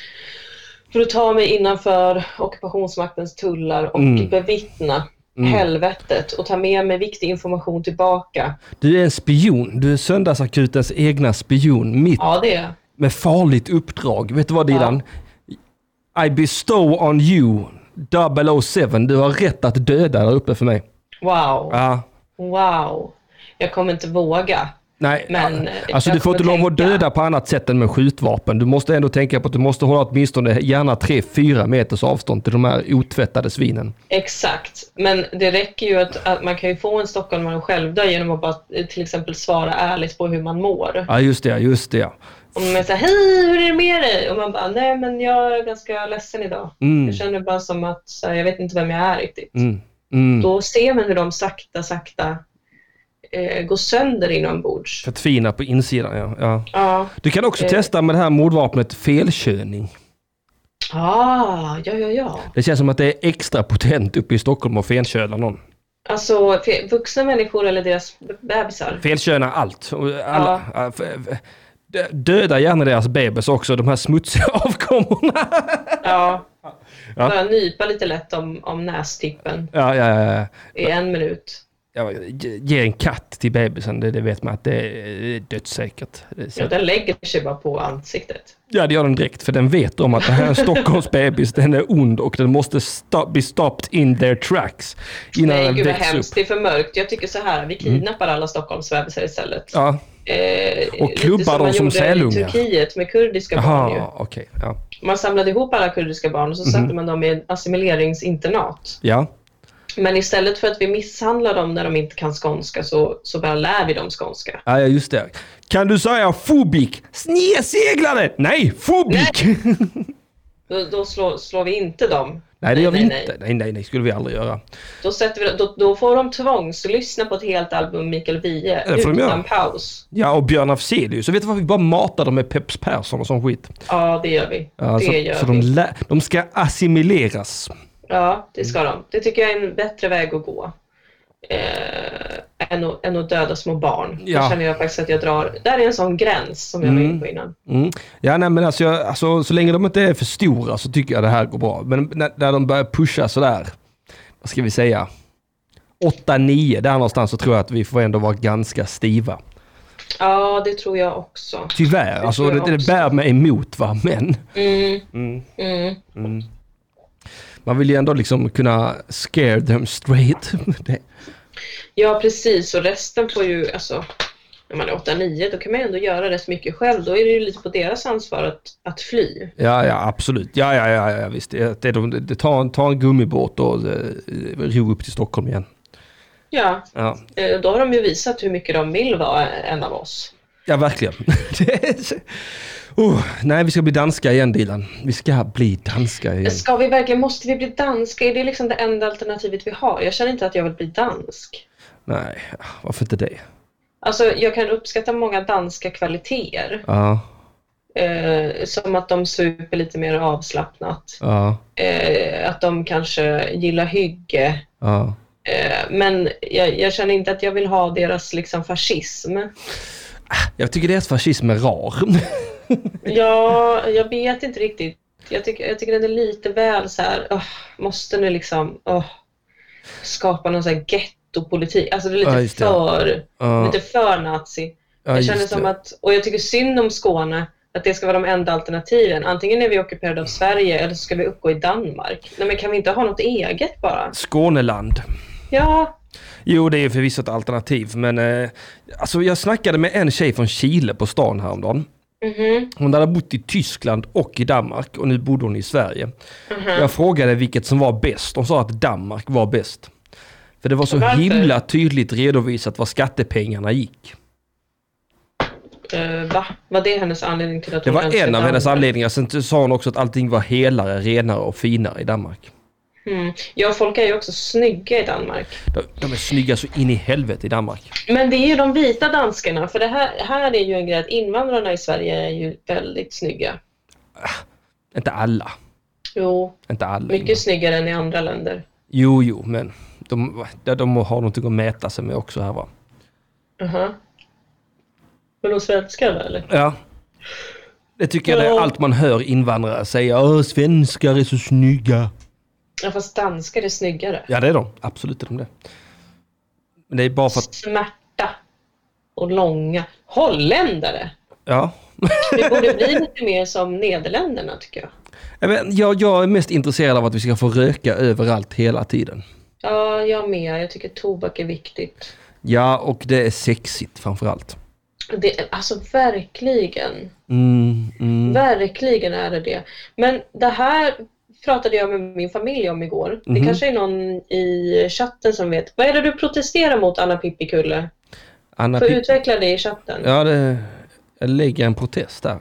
S1: för att ta mig innanför ockupationsmaktens tullar och
S2: Mm.
S1: bevittna helvetet och ta med mig viktig information tillbaka.
S2: Du är en spion. Du är söndagsakutens egna spion. Mitt
S1: Ja, det är jag.
S2: med farligt uppdrag. Vet du vad
S1: Ja.
S2: Dilan? I bestow on you 007. Du har rätt att döda där uppe för mig.
S1: Wow.
S2: Ja.
S1: Wow. Jag kommer inte våga.
S2: Nej,
S1: Men, eh,
S2: alltså
S1: jag
S2: du får inte
S1: kommer
S2: lov att
S1: tänka-
S2: döda på annat sätt än med skjutvapen. Du måste ändå tänka på att du måste hålla åtminstone gärna 3-4 meters avstånd till de här otvättade svinen.
S1: Exakt. Men det räcker ju att, att man kan ju få en stockholmare att självdö genom att bara eh, till exempel svara ärligt på hur man mår.
S2: Ja, just det, just det.
S1: Om de är så här, hej hur är det med dig? Och man bara, nej men jag är ganska ledsen idag.
S2: Mm.
S1: Jag känner bara som att så här, jag vet inte vem jag är riktigt.
S2: Mm. Mm.
S1: Då ser man hur de sakta, sakta eh, går sönder inombords.
S2: Förtvina på insidan, ja. ja.
S1: Ja,
S2: Du kan också
S1: Eh.
S2: testa med det här mordvapnet felköning.
S1: ah, ja, ja, ja.
S2: Det känns som att det är extra potent uppe i Stockholm att felköna någon.
S1: Alltså för vuxna människor eller deras bebisar?
S2: Felköna allt. Och Alla, ja. Döda gärna deras bebis också, de här smutsiga avkommorna.
S1: Ja.
S2: Ja.
S1: Bara nypa lite lätt om, om nästippen
S2: Ja, ja, ja, ja.
S1: i en minut.
S2: Ja, ge- Ge en katt till bebisen, det, det vet man att det är det är dödssäkert. Det är så-
S1: Ja, den lägger sig bara på ansiktet.
S2: Ja, det gör den direkt, för den vet om att det här är en Stockholmsbebis, den är ond och den måste sta- bli stopped in their tracks innan
S1: Nej,
S2: den
S1: gud vad
S2: väcks upp. Mm.
S1: hemskt. Det är för mörkt. Jag tycker så här, vi kidnappar alla Stockholmsbebisar istället.
S2: Ja,
S1: Eh,
S2: Och
S1: lite
S2: klubbar dem
S1: man
S2: som
S1: gjorde
S2: sälungar.
S1: i Turkiet med kurdiska barn ju.
S2: jaha, Mhm. okej. Ja.
S1: Man samlade ihop alla kurdiska barn och så satte man dem i en assimileringsinternat.
S2: ja,
S1: Men istället för att vi misshandlar dem när de inte kan skånska så, så bara lär vi dem skånska.
S2: ja, just det. Kan du säga fobik? Sneseglare! Nej, fobik! Nej,
S1: Då, då slår, slår vi inte dem.
S2: det gör vi
S1: nej.
S2: inte. Nej, nej, nej, skulle vi aldrig göra.
S1: Då, sätter vi, då, då får de tvångslyssna på ett helt album Mikael Wiehe
S2: det får de
S1: utan
S2: göra.
S1: paus.
S2: Ja, och Björn Afzelius. Så vet du vad, vi bara matar dem med Peps Persson och sån skit.
S1: Ja, det gör vi.
S2: Ja,
S1: det
S2: så,
S1: gör
S2: så
S1: vi.
S2: de, lä- de ska assimileras.
S1: Ja, det ska de. Det tycker jag är en bättre väg att gå. Eh, än, att, än att döda små barn.
S2: Ja.
S1: Där känner jag faktiskt att jag drar... Där är en sån gräns som jag var inne på innan.
S2: Mm. Ja, nej, men alltså, jag, alltså, så länge de inte är för stora så tycker jag det här går bra. Men när, när de börjar pusha sådär, vad ska vi säga, 8-9, där någonstans så tror jag att vi får ändå vara ganska stiva.
S1: Ja, det tror jag också.
S2: Tyvärr, alltså
S1: tror
S2: det,
S1: jag
S2: det
S1: också.
S2: bär mig emot va, men
S1: Mm,
S2: Mm.
S1: mm.
S2: man vill ju ändå liksom kunna scare them straight. Det,
S1: Ja, precis. Och resten får ju... Alltså, när man är 8-9 då kan man ju ändå göra rätt mycket själv. Då är det ju lite på deras ansvar att, att fly.
S2: ja, ja, absolut. Ja, ja, ja, ja visst. Det, det, de- det, ta, en, ta en gummibåt och eh, ro upp till Stockholm igen.
S1: Ja,
S2: Ja,
S1: eh, då har de ju visat hur mycket de vill vara en av oss.
S2: Ja, verkligen. Det är så- oh, nej, vi ska bli danska igen, Dilan. Vi ska bli danska igen.
S1: Ska vi verkligen... Måste vi bli danska? Är det liksom det enda alternativet vi har? Jag känner inte att jag vill bli dansk.
S2: Nej, varför inte det?
S1: Alltså, jag kan uppskatta många danska kvaliteter.
S2: Ja,
S1: Eh, som att de super lite mer avslappnat.
S2: ja,
S1: Eh, att de kanske gillar hygge.
S2: ja.
S1: Eh, men jag, jag känner inte att jag vill ha deras liksom, fascism.
S2: Jag tycker deras fascism är rar.
S1: Ja, jag vet inte riktigt. Jag tycker, jag tycker den är lite väl så här... "Åh, måste ni liksom åh, skapa någon så här gettopolitik? Alltså det är lite
S2: Ja, just det.
S1: för,
S2: Ja,
S1: lite för nazi.
S2: ja,
S1: jag
S2: just
S1: känner som
S2: det.
S1: att, och jag tycker synd om Skåne, att det ska vara de enda alternativen. Antingen är vi ockuperade av Sverige eller så ska vi uppgå i Danmark. Nej men kan vi inte ha något eget bara?
S2: Skåneland.
S1: Ja,
S2: Jo, det är ju förvisso ett alternativ, men eh, alltså jag snackade med en tjej från Chile på stan häromdagen.
S1: mhm,
S2: Hon hade bott i Tyskland och i Danmark och nu bodde hon i Sverige.
S1: Mm-hmm.
S2: Jag frågade vilket som var bäst. Hon sa att Danmark var bäst. För det var så
S1: Varför?
S2: himla tydligt redovisat var skattepengarna gick.
S1: eh, va? Var det hennes anledning till att
S2: Det
S1: hon
S2: var
S1: älskar
S2: en av hennes
S1: Danmark?
S2: anledningar. Sen sa hon också att allting var helare, renare och finare i Danmark.
S1: Mm. Ja, folk är ju också snygga i Danmark.
S2: De, de är snygga så in i helvete i Danmark.
S1: Men det är ju de vita danskarna, för det här, här är ju en grej att invandrarna i Sverige är ju väldigt snygga.
S2: Inte alla.
S1: Jo,
S2: Inte alla.
S1: mycket snyggare än i andra länder.
S2: Jo, jo, men de, de, de har någonting att mäta sig med också här va.
S1: Aha. Men de svenskar då, eller?
S2: Ja. Det tycker jag det är
S1: Ja.
S2: allt man hör invandrare säga. Åh, svenskar är så snygga.
S1: Ja, fast danskar är snyggare.
S2: Ja, det är de. Absolut är de det. Men det är bara för att...
S1: smärta och långa. Holländare!
S2: Ja.
S1: Vi borde bli lite mer som Nederländerna tycker jag.
S2: Jag, vet, jag, jag är mest intresserad av att vi ska få röka överallt hela tiden.
S1: Ja, jag med. Jag tycker tobak är viktigt.
S2: Ja, och det är sexigt framförallt.
S1: Det, är- alltså verkligen.
S2: Mm, mm.
S1: Verkligen är det det. Men det här pratade jag med min familj om igår. Det
S2: Mhm.
S1: kanske är någon i chatten som vet. Vad är det du protesterar mot Anna Pippikulle?
S2: Anna
S1: Får
S2: Pi-
S1: utveckla det i chatten.
S2: Ja, det... Jag lägger en protest där.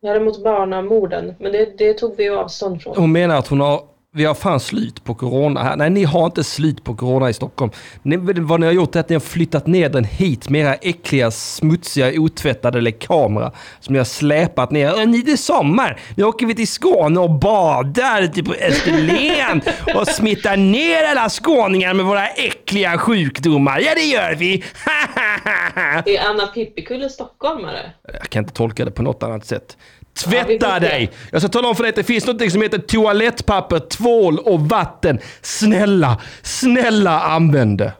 S1: Jag är mot barnamorden, men det, det tog vi ju avstånd från.
S2: Mm. Hon menar att hon har vi har fan slut på corona här. Nej, ni har inte slut på corona i Stockholm. Ni, vad ni har gjort är att ni har flyttat ner den hit med era äckliga, smutsiga, otvättade lekamer som ni har släpat ner. Äh, ni, det är sommar! Nu åker vi till Skåne och badar ute på Österlen och smittar ner alla skåningar med våra äckliga sjukdomar. Ja, det gör vi!
S1: Det är Anna Pippikulle stockholmare.
S2: Jag kan inte tolka det på något annat sätt.
S1: Ja, vi
S2: Tvätta
S1: vet det.
S2: dig! Jag ska tala om för dig att det finns något som heter toalettpapper, tvål och vatten. Snälla, snälla använd det.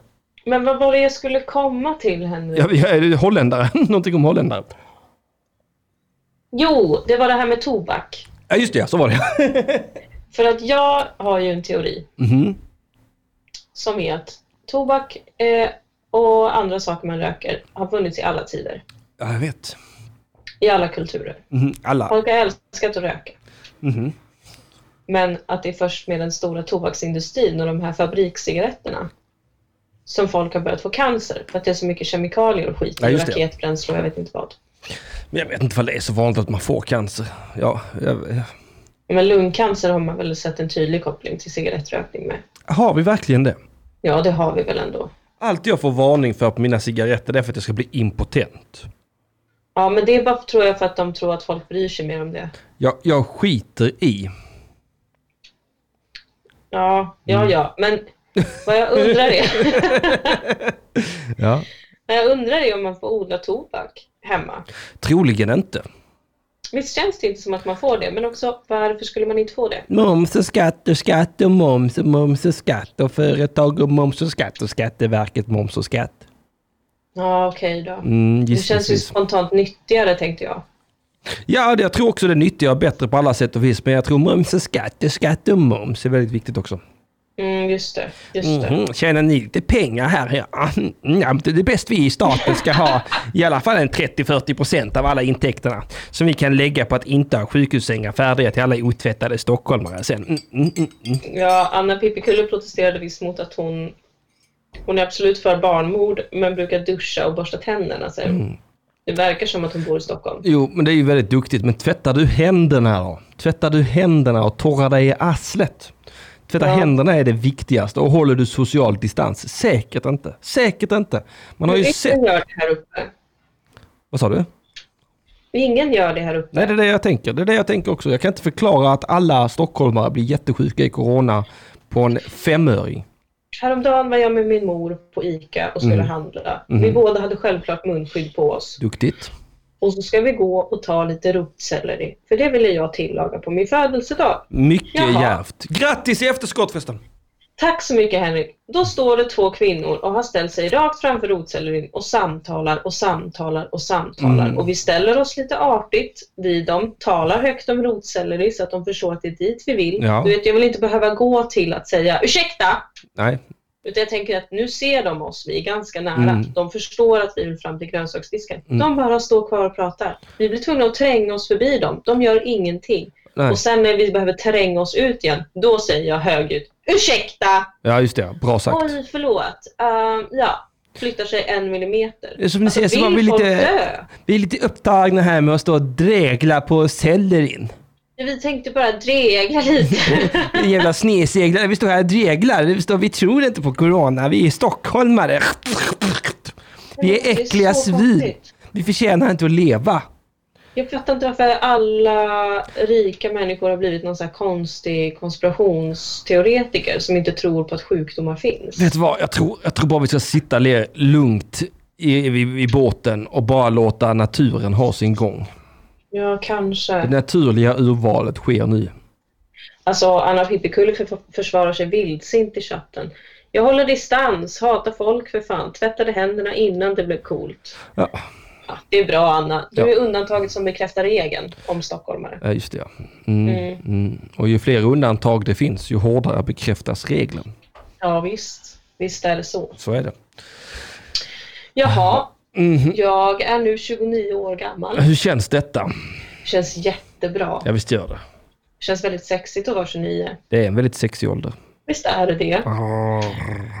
S1: Men vad var det jag skulle komma till Henrik?
S2: Jag, jag är holländare. Någonting om holländare.
S1: Jo, det var det här med tobak.
S2: Ja, just det. ja, Så var det.
S1: För att jag har ju en teori
S2: Mhm.
S1: som är att tobak eh, och andra saker man röker har funnits i alla tider,
S2: Ja, jag vet.
S1: i alla kulturer.
S2: Mhm. Alla.
S1: Folk har älskat att röka.
S2: Mhm.
S1: Men att det är först med den stora tobaksindustrin och de här fabrikscigaretterna som folk har börjat få cancer för att det är så mycket kemikalier och skit.
S2: Ja,
S1: i
S2: just det.
S1: raketbränsle och jag vet inte vad.
S2: Men jag vet inte vad det är så vanligt att man får cancer. Ja, jag,
S1: Men lungcancer har man väl sett en tydlig koppling till cigarettrökning med.
S2: har vi verkligen det?
S1: Ja, det har vi väl ändå.
S2: Allt jag får varning för på mina cigaretter det är för att jag ska bli impotent.
S1: Ja, men det är bara tror jag för att de tror att folk bryr sig mer om det.
S2: Jag, jag skiter i.
S1: Ja, ja, ja. Men vad jag undrar är,
S2: Ja.
S1: vad jag undrar är om man får odla tobak hemma.
S2: Troligen inte.
S1: Visst känns det inte som att man får det, men också varför skulle man inte få det?
S2: Moms och skatt och skatt och moms och moms och skatt och företag och moms och skatt och Skatteverket moms och skatt.
S1: Ja, okej då.
S2: Mm,
S1: Det känns ju
S2: gissningsvis.
S1: spontant nyttigare tänkte jag.
S2: Ja, det- jag tror också det nyttiga och bättre på alla sätt och vis, men jag tror moms och skatt och skatt och moms är väldigt viktigt också.
S1: Mm, just det. Just det.
S2: Mhm, tjänar ni lite pengar här? Ja, mm, ja, men det är bäst vi i staten ska ha i alla fall en 30-40 procent av alla intäkterna som vi kan lägga på att inte ha sjukhussängar färdiga till alla otvättade stockholmare sen. Mm, mm, mm, mm.
S1: Ja, Anna Pippikulle protesterade visst mot att hon... Hon är absolut för barnmord, men brukar duscha och borsta tänderna, säger hon.
S2: Mm.
S1: Det verkar som att hon bor i Stockholm.
S2: Jo, men det är ju väldigt duktigt. Men tvättar du händerna då? Tvättar du händerna och torrar dig i arslet? Tvätta
S1: Ja.
S2: händerna är det viktigaste och håller du social distans? Säkert inte. Säkert inte. Man har ju sett...
S1: Ingen gör det här uppe.
S2: Vad sa du?
S1: Ingen gör det här uppe.
S2: Nej, det är det jag tänker. Det är det jag tänker också. Jag kan inte förklara att alla stockholmare blir jättesjuka i corona på en femöring.
S1: Häromdagen var jag med min mor på ICA och skulle
S2: Mm.
S1: handla. Vi båda hade självklart munskydd på oss.
S2: Duktigt.
S1: Och så ska vi gå och ta lite rotselleri, för det ville jag tillaga på min födelsedag.
S2: Mycket
S1: Jaha.
S2: djärvt. Grattis i efterskott förresten!
S1: Tack så mycket Henrik. Då står det två kvinnor och har ställt sig rakt framför rotsellerin och samtalar och samtalar och samtalar.
S2: Mm.
S1: Och vi ställer oss lite artigt vid dem, talar högt om rotselleri så att de förstår att det är dit vi vill.
S2: Ja.
S1: Du vet, jag vill inte behöva gå till att säga ursäkta!
S2: Nej,
S1: Utan jag tänker att nu ser de oss, vi är ganska nära.
S2: Mm.
S1: De förstår att vi vill fram till grönsaksdisken. De bara står kvar och pratar. Vi blir tvungna att tränga oss förbi dem. De gör ingenting.
S2: nej.
S1: Och sen när vi behöver tränga oss ut igen, då säger jag högljutt Ursäkta!
S2: Ja, just det. Bra sagt.
S1: Oj, förlåt. Ehm, ja, flyttar sig en millimeter. Alltså,
S2: Det är som ni ser så
S1: vill
S2: man blir
S1: folk
S2: lite-
S1: dö?
S2: Vi är lite upptagna här med att stå och dregla på sellerin.
S1: Vi tänkte bara dregla lite.
S2: Jävla sneseglare. Vi står här och dreglar. Vi, står, vi tror inte på corona. Vi är stockholmare. Vi
S1: Det
S2: är
S1: är
S2: äckliga
S1: så
S2: svin.
S1: konstigt.
S2: Vi förtjänar inte att leva.
S1: Jag fattar inte varför alla rika människor har blivit någon så här konstig konspirationsteoretiker som inte tror på att sjukdomar finns.
S2: Vet du vad? Jag tror, jag tror bara vi ska sitta ner lugnt i, i, i båten och bara låta naturen ha sin gång.
S1: Ja,
S2: Det
S1: kanske.
S2: naturliga urvalet sker nu.
S1: Alltså, Anna Pippikulle för, försvarar sig vildsint i chatten. Jag håller distans, hatar folk för fan, tvättade händerna innan det blev coolt.
S2: Ja,
S1: Ja, det är bra, Anna. Du
S2: Ja.
S1: är undantaget som bekräftar regeln om stockholmare.
S2: ja, just det. ja. Mm, mm. Och ju fler undantag det finns, ju hårdare bekräftas regeln.
S1: Ja, visst. Visst är det så.
S2: Så är det.
S1: Jaha, jag är nu 29 år gammal.
S2: Hur känns detta?
S1: Känns jättebra.
S2: Ja, visst gör det.
S1: Känns väldigt sexigt att vara 29.
S2: Det är en väldigt sexig ålder.
S1: Visst är det det.
S2: Ah.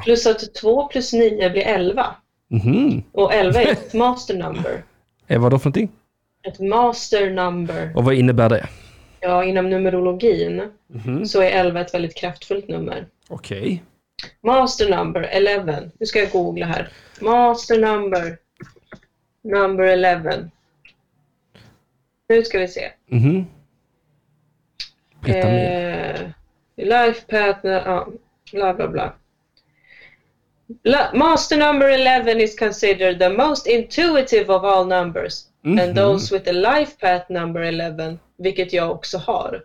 S1: Plus att 2 plus 9 blir 11.
S2: Mhm.
S1: Och 11 är ett master number.
S2: Eh, Vad då för någonting?
S1: Ett master number.
S2: Och vad innebär det?
S1: Ja, inom numerologin
S2: Mhm.
S1: så är 11 ett väldigt kraftfullt nummer.
S2: Okej.
S1: Master number 11. Nu ska jag googla här. Master number. Number 11. Nu ska vi se.
S2: Mhm. Berätta mer.
S1: Eh, life partner, ja, bla bla bla. La- Master number 11 is considered the most intuitive of all numbers.
S2: Mhm.
S1: And those with a life path number 11, vilket jag också har,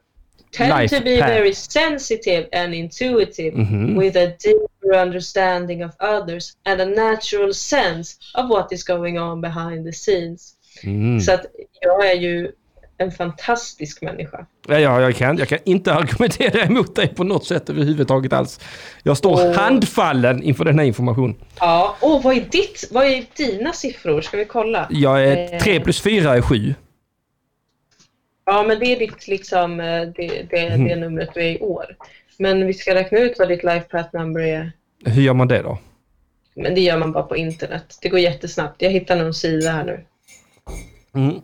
S1: tend
S2: Life
S1: to be
S2: path.
S1: very sensitive and intuitive
S2: Mhm.
S1: with a deeper understanding of others and a natural sense of what is going on behind the scenes.
S2: Mm.
S1: Så att jag är ju en fantastisk människa.
S2: Ja, ja, jag, kan, jag kan inte argumentera emot dig på något sätt överhuvudtaget alls. Jag står
S1: Åh.
S2: handfallen inför den här informationen.
S1: Ja, och vad är ditt? Vad är dina siffror? Ska vi kolla?
S2: Jag är
S1: Eh.
S2: 3 plus 4 är 7.
S1: Ja, men det är ditt liksom, eh, det, det,
S2: Mm.
S1: det numret du är i år. Men vi ska räkna ut vad ditt life path number är
S2: Hur gör man det då?
S1: Men det gör man bara på internet. Det går jättesnabbt. Jag hittar någon sida här nu.
S2: Mm.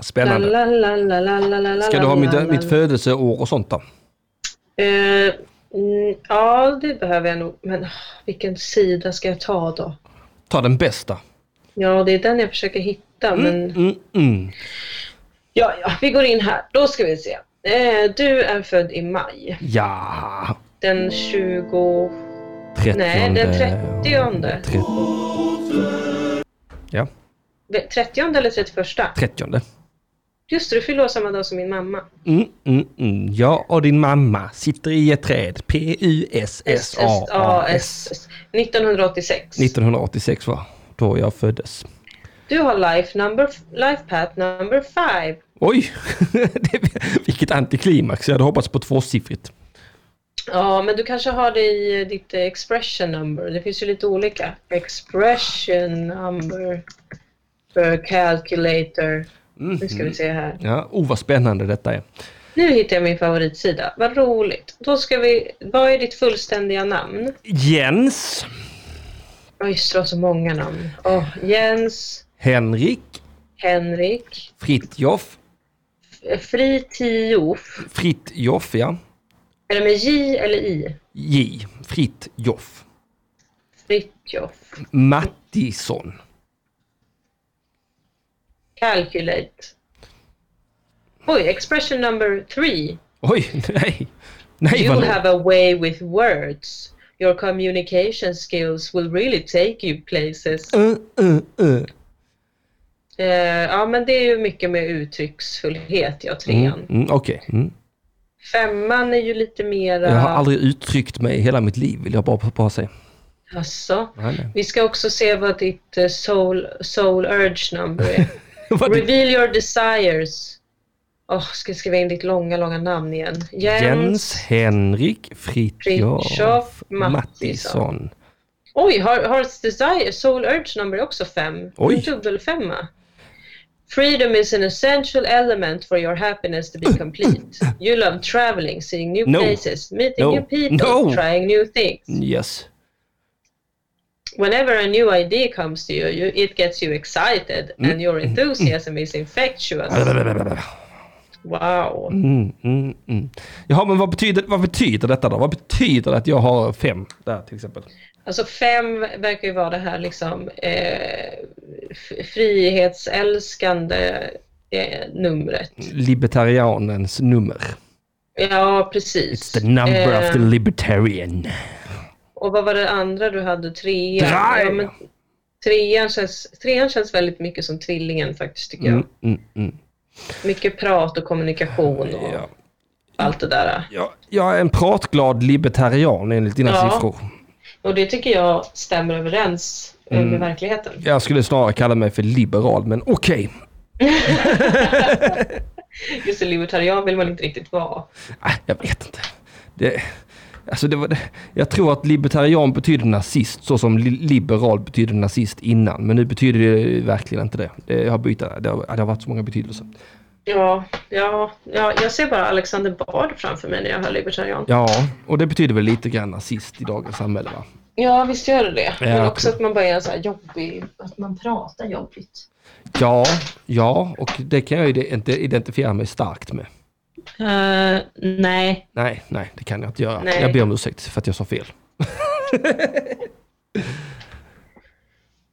S2: Spännande.
S1: La, la, la, la, la, la, la,
S2: Ska du ha
S1: la,
S2: mitt,
S1: la, la.
S2: mitt födelseår och sånt då?
S1: Eh, mm, ja, det behöver jag nog. Men ah, vilken sida ska jag ta då?
S2: Ta den bästa.
S1: Ja, det är den jag försöker hitta. Men...
S2: Mm, mm.
S1: Ja, ja, vi går in här. Då ska vi se. Eh, du är född i maj.
S2: Ja.
S1: Den 20...
S2: 30.
S1: Nej, den 30.
S2: 30. Ja,
S1: 30 eller 31?
S2: 30.
S1: Just det, du fyller år samma dag som min mamma.
S2: Mm, mm, mm. Jag och din mamma sitter i ett träd. P-U-S-S-A-A-S.
S1: 1986.
S2: 1986 var då jag föddes.
S1: Du har life, number, life path number 5.
S2: Oj! Det- Vilket antiklimax. Jag hade hoppats på tvåsiffrigt.
S1: Ja, men du kanske har det i eh, ditt eh, expression number. Det finns ju lite olika. Expression number för calculator. Nu ska vi se här.
S2: Ja, oh vad spännande detta är.
S1: Nu hittar jag min favoritsida. Vad roligt. Då ska vi... Vad är ditt fullständiga namn?
S2: Jens,
S1: Oj, det var så många namn. Åh, Jens,
S2: Henrik,
S1: Henrik,
S2: Fritjof,
S1: eh, Fritiof.
S2: Fritjof ja,
S1: Är det med J eller I?
S2: J, Fritjof,
S1: Fritiof.
S2: Mattisson,
S1: Calculate. Oj, expression number 3.
S2: oj nej, nej
S1: You
S2: vad
S1: have a way with words. Your communication skills will really take you places.
S2: uh, uh, uh.
S1: Eh, ja, men det är ju mycket med uttrycksfullhet, ja, trean.
S2: Mm, mm, Okej, mm.
S1: Femman är ju lite mera...
S2: jag har aldrig uttryckt mig i hela mitt liv vill jag bara, bara säga.
S1: Alltså.
S2: Nej, nej.
S1: Vi ska också se vad ditt eh, soul, soul urge number är.
S2: Vad det-
S1: Reveal your desires. Åh, ska jag skriva in ditt långa, långa namn igen. Jens.
S2: Jens, Henrik, Fritjof,
S1: Fritjof,
S2: Mattisson.
S1: Mattisson. Oj, har, har desire, soul urge number är också fem.
S2: Oj.
S1: En dubbelfemma. Freedom is an essential element for your happiness to be complete. You love traveling, seeing new
S2: No.
S1: places, meeting
S2: No.
S1: new people,
S2: No.
S1: trying new things.
S2: Yes.
S1: Whenever a new idea comes to you, you it gets you excited
S2: Mm.
S1: and your enthusiasm is infectious. Wow.
S2: Mm, mm, mm. Jaha, men vad betyder, vad betyder detta då? Vad betyder det att jag har fem där till exempel?
S1: Alltså fem verkar ju vara det här liksom eh, f- frihetsälskande eh, numret.
S2: Mm. Libertarianens nummer.
S1: Ja, precis.
S2: It's the number of the
S1: Eh,
S2: libertarian.
S1: och vad var det andra du hade? Trean?
S2: Drive!
S1: Ja, men trean, känns, trean känns väldigt mycket som tvillingen faktiskt, tycker jag.
S2: Mm, mm, mm.
S1: Mycket prat och kommunikation och
S2: Ja.
S1: allt det där.
S2: Jag, jag är en pratglad libertarian enligt dina
S1: Ja.
S2: siffror.
S1: Och det tycker jag stämmer överens eh,
S2: Mm.
S1: med verkligheten.
S2: Jag skulle snarare kalla mig för liberal, men okej.
S1: Just det, libertarian vill man inte riktigt vara.
S2: Ah, jag vet inte. Det, alltså det var, det- jag tror att libertarian betyder nazist så som li, liberal betyder nazist innan. Men nu betyder det verkligen inte det. det jag har bytt, det, har, det har varit så många betydelser.
S1: Ja, ja, ja, jag ser bara Alexander Bard framför mig när jag hör libertarian. Ja,
S2: Ja, och det betyder väl lite grann nazist i dagens samhälle va?
S1: visst gör det det.
S2: Ja,
S1: Men också
S2: absolut.
S1: att man bara är så här jobbig, att man pratar jobbigt.
S2: Ja, ja, och det kan jag ju inte identifiera mig starkt med.
S1: Eh, nej,
S2: Nej, nej, det kan jag inte göra.
S1: Nej.
S2: Jag ber om ursäkt för att jag sa fel.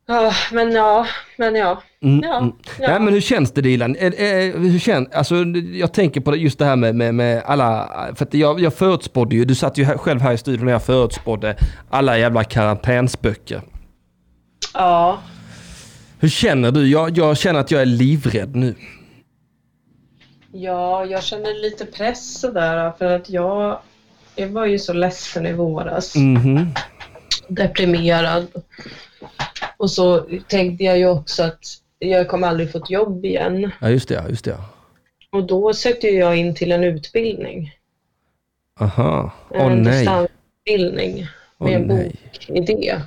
S1: Ja, men ja, men ja.
S2: Mm,
S1: Ja,
S2: mm.
S1: ja.
S2: Nej, men hur känns det Dilan? Eh, eh, hur känns, alltså, jag tänker på det- just det här med, med, med alla, för att jag, jag förutspådde ju, du satt ju här, själv här i studion när jag förutspådde alla jävla karantänsböcker.
S1: ja.
S2: Hur känner du? Jag, jag känner att jag är livrädd nu.
S1: Ja, jag känner lite press sådär för att jag, jag var ju så ledsen i våras.
S2: Mhm.
S1: Deprimerad. Och så tänkte jag ju också att jag kommer aldrig få ett jobb igen.
S2: Ja, just det, ja, just det. ja.
S1: Och då sökte ju jag in till en utbildning.
S2: Aha. Åh
S1: en
S2: nej.
S1: Eh, distansutbildning med
S2: Åh,
S1: en
S2: nej.
S1: bokidé.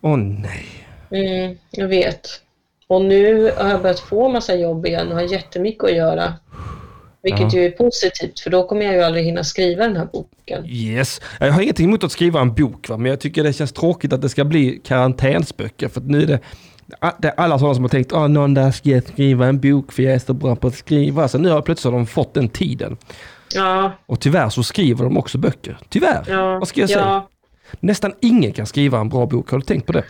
S2: Åh nej.
S1: Mm, jag vet. Och nu har jag börjat få massa jobb igen och har jättemycket att göra. Vilket
S2: Ja.
S1: ju är positivt för då kommer jag ju aldrig hinna skriva den här boken.
S2: Yes. Jag har ingenting emot att skriva en bok, va? men jag tycker det känns tråkigt att det ska bli karantänsböcker. För att nu är det, a- det är alla sådana som har tänkt att någon där ska jag skriva en bok för jag är så bra på att skriva. Så nu har plötsligt har de fått den tiden.
S1: Ja,
S2: Och tyvärr så skriver de också böcker. Tyvärr.
S1: ja,
S2: Vad ska jag säga?
S1: ja.
S2: Nästan ingen kan skriva en bra bok. Har du tänkt på det?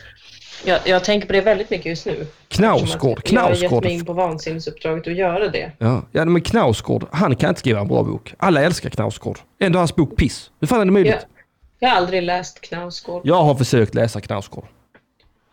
S1: Jag, jag tänker på det väldigt mycket just nu.
S2: Knausgård.
S1: Jag har gett
S2: Knausgård.
S1: mig in på vansinnesuppdraget att göra det.
S2: Ja. ja, men Knausgård. Han kan inte skriva en bra bok. Alla älskar Knausgård. Ändå är hans bok piss. Hur fan är det möjligt?
S1: Jag, jag har aldrig läst Knausgård.
S2: Jag har försökt läsa Knausgård.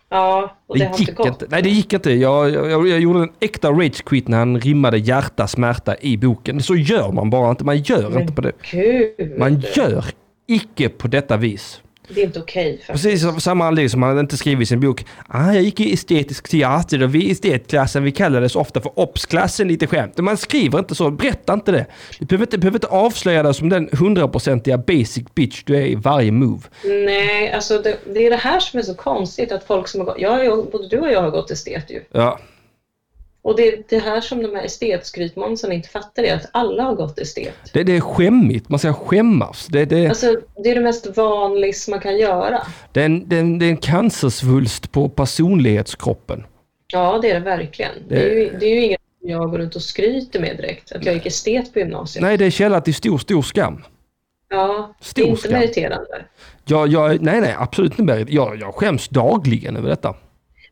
S1: Ja, och det, har inte
S2: gick
S1: gått.
S2: Nej, det gick inte. Jag, jag, jag gjorde en äkta rage quit när han rimmade hjärta, smärta i boken. Så gör man bara inte. Man gör
S1: Men
S2: inte på det.
S1: Gud!
S2: Man gör icke på detta vis.
S1: Det är inte okej faktiskt.
S2: Precis av samma anledning som han inte skrivit i sin bok. Ah, jag gick i estetisk teater och vi i estetklassen vi kallades ofta för obsklassen lite skämt. Man skriver inte så, berätta inte det. Du behöver inte, behöver inte avslöja dig som den hundraprocentiga basic bitch du är i varje move.
S1: Nej, alltså det, det är det här som är så konstigt att folk som har gått... Jag, har ju- både du och jag har gått estet ju.
S2: Ja,
S1: Och det är det här som de här estetskrytmånsen inte fattar är att alla har gått estet.
S2: det, det är skämmigt. Man ska skämmas. Det, det...
S1: Alltså, det är det mest vanligaste man kan göra.
S2: Det är en, det är en, det är en cancersvulst på personlighetskroppen.
S1: Ja, det är det verkligen. Det är ju, det är ju inget som jag går runt och skryter med direkt, att jag gick estet på gymnasiet.
S2: Nej, det är källa till stor, stor skam.
S1: Ja, det
S2: Stor
S1: är inte
S2: skam.
S1: meriterande.
S2: Jag, jag, nej, nej, absolut inte. Berit. Jag, jag skäms dagligen över detta.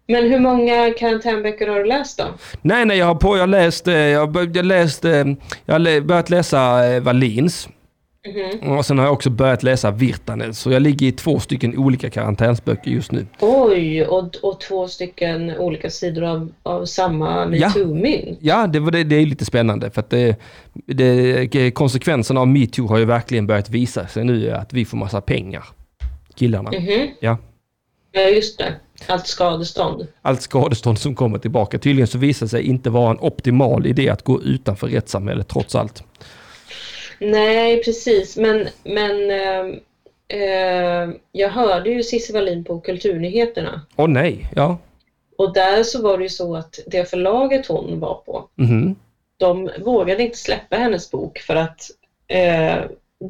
S1: Men hur många karantänböcker har du läst då?
S2: Nej, nej, jag har på, jag läste, jag, bör- jag läste, jag har lä- börjat läsa eh, Wallins. Och sen har jag också börjat läsa Virtanen, så jag ligger i två stycken olika karantänsböcker just nu.
S1: Oj, och, och två stycken olika sidor av, av samma
S2: Ja.
S1: metoo-mynt.
S2: Ja, det, var det, det är lite spännande för att det, det, konsekvenserna av metoo har ju verkligen börjat visa sig nu att vi får massa pengar. Killarna.
S1: Mhm.
S2: Ja.
S1: Ja, just det. Allt skadestånd.
S2: allt skadestånd som kommer tillbaka. Tydligen så visar det sig inte vara en optimal idé att gå utanför rättssamhället trots allt.
S1: Nej, precis. Men, men ehm, ehm, jag hörde ju Cissi Wallin på Kulturnyheterna.
S2: Åh nej, ja.
S1: Och där så var det ju så att det förlaget hon var på,
S2: Mhm.
S1: de vågade inte släppa hennes bok för att eh,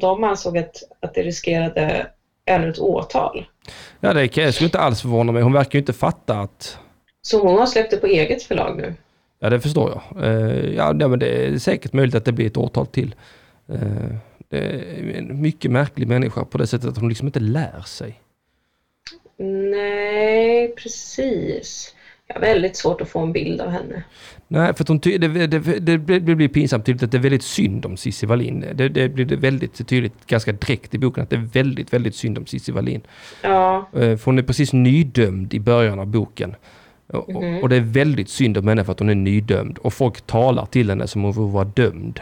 S1: de ansåg att, att det riskerade ännu ett åtal.
S2: Ja, det kan- jag skulle inte alls förvåna mig. Hon verkar ju inte fatta att...
S1: Så hon har släppt det på eget förlag nu.
S2: Ja, det förstår jag. Eh, ja, nej, men det är säkert möjligt att det blir ett åtal till. Eh, det är en mycket märklig människa på det sättet att hon liksom inte lär sig.
S1: Nej, precis. Jag har väldigt svårt att få en bild av henne.
S2: Nej, för att hon ty- det, det, det, blir- det blir pinsamt tydligt att det är väldigt synd om Cissi Wallin. Det, det blir det väldigt tydligt, ganska direkt i boken, att det är väldigt, väldigt synd om Cissi Wallin.
S1: Ja,
S2: Eh, För hon är precis nydömd i början av boken. Och, och- och det är väldigt synd om henne för att hon är nydömd. Och folk talar till henne som om hon vore dömd.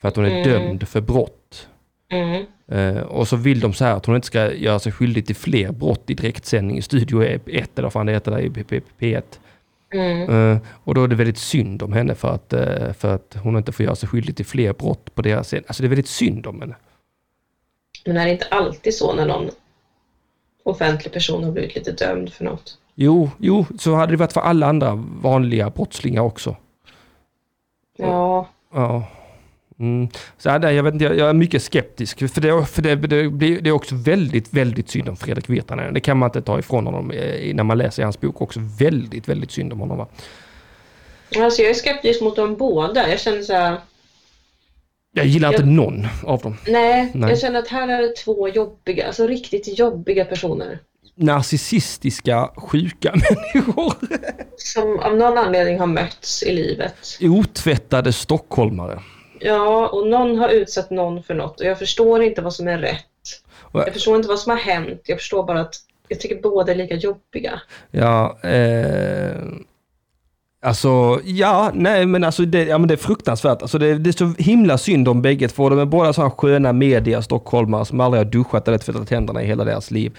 S2: För att hon är dömd för brott.
S1: mm.
S2: Eh, och så vill de så här att hon inte ska göra sig skyldig till fler brott i direktsändning i Studio 1 eller vad fan det heter där i P- P- P1.
S1: Mm.
S2: Eh, och då är det väldigt synd om henne för att, eh, för att hon inte får göra sig skyldig till fler brott på deras scen. Alltså det är väldigt synd om henne.
S1: men är det inte alltid så när någon offentlig person har blivit lite dömd för något?
S2: Jo, jo, så hade det varit för alla andra vanliga brottslingar också.
S1: Ja,
S2: Ja. Mm. Så ja, nej, jag, vet inte, jag, jag är mycket skeptisk. För, det, för det, det, blir, det är också väldigt, väldigt synd om Fredrik Virtanen. Det kan man inte ta ifrån honom eh, när man läser hans bok också. Väldigt, väldigt synd om honom. Va?
S1: alltså jag är skeptisk mot dem båda. Jag känner så här,
S2: Jag gillar inte
S1: Jag-
S2: någon av dem.
S1: Nej,
S2: Nej.
S1: jag känner att här är det två jobbiga, alltså riktigt jobbiga personer.
S2: Narcissistiska, sjuka människor.
S1: Som av någon anledning har mötts i livet.
S2: Otvättade stockholmare.
S1: Ja, och någon har utsatt någon för något och jag förstår inte vad som är rätt.
S2: Va-
S1: Jag förstår inte vad som har hänt, jag förstår bara att jag tycker båda är lika jobbiga.
S2: Ja, eh, alltså, ja, nej men alltså det, ja, men det är fruktansvärt. Alltså det, det är så himla synd om bägge två. De är båda sådana sköna media stockholmare som aldrig har duschat eller tvättat händerna i hela deras liv.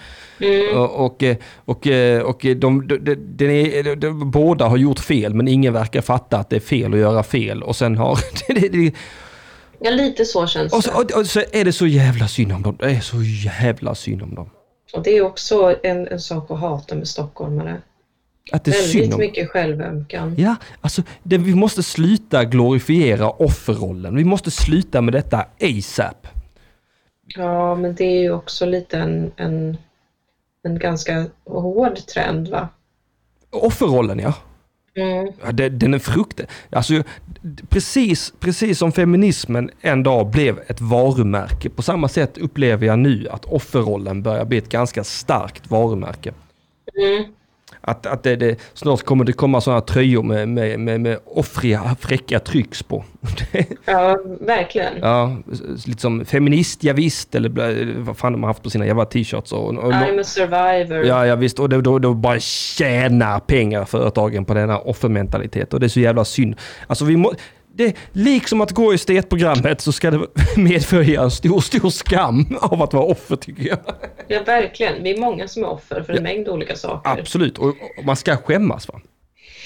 S2: Och, och, eh, och, eh, och eh, de, de, de, den är- de, de, båda har gjort fel men ingen verkar fatta att det är fel att göra fel. Och sen har... Det, det, det,
S1: Ja, lite så känns
S2: och,
S1: det.
S2: så, och, och så är det så jävla synd om dem. Det är så jävla synd om dem.
S1: Och det är också en, en sak att hata med stockholmare.
S2: Att det är liksom synd
S1: Väldigt
S2: om
S1: mycket självömkan.
S2: Ja, alltså det, vi måste sluta glorifiera offerrollen. Vi måste sluta med detta ASAP.
S1: Ja, men det är ju också lite en, en, en ganska hård trend va?
S2: Offerrollen ja.
S1: Mm.
S2: ja det, den är frukt. Alltså, d- precis, precis som feminismen en dag blev ett varumärke. På samma sätt upplever jag nu att offerrollen börjar bli ett ganska starkt varumärke.
S1: Mm.
S2: Att, att det, det, snart kommer det komma sådana tröjor med, med, med, med offriga, fräcka trycks på.
S1: Ja, verkligen.
S2: Ja, lite som feminist, ja, visst eller bla- vad fan de har haft på sina jävla t-shirts och, och
S1: I'm a survivor.
S2: Ja, ja visst. Och då, då, då bara tjänar pengar företagen på denna offermentalitet. Och det är så jävla synd. Alltså vi må, det, liksom att gå i stetprogrammet så ska det medfölja en stor, stor skam av att vara offer tycker jag.
S1: Ja, verkligen. Vi är många som är offer för en mängd olika saker.
S2: Absolut, och, och man ska skämmas va?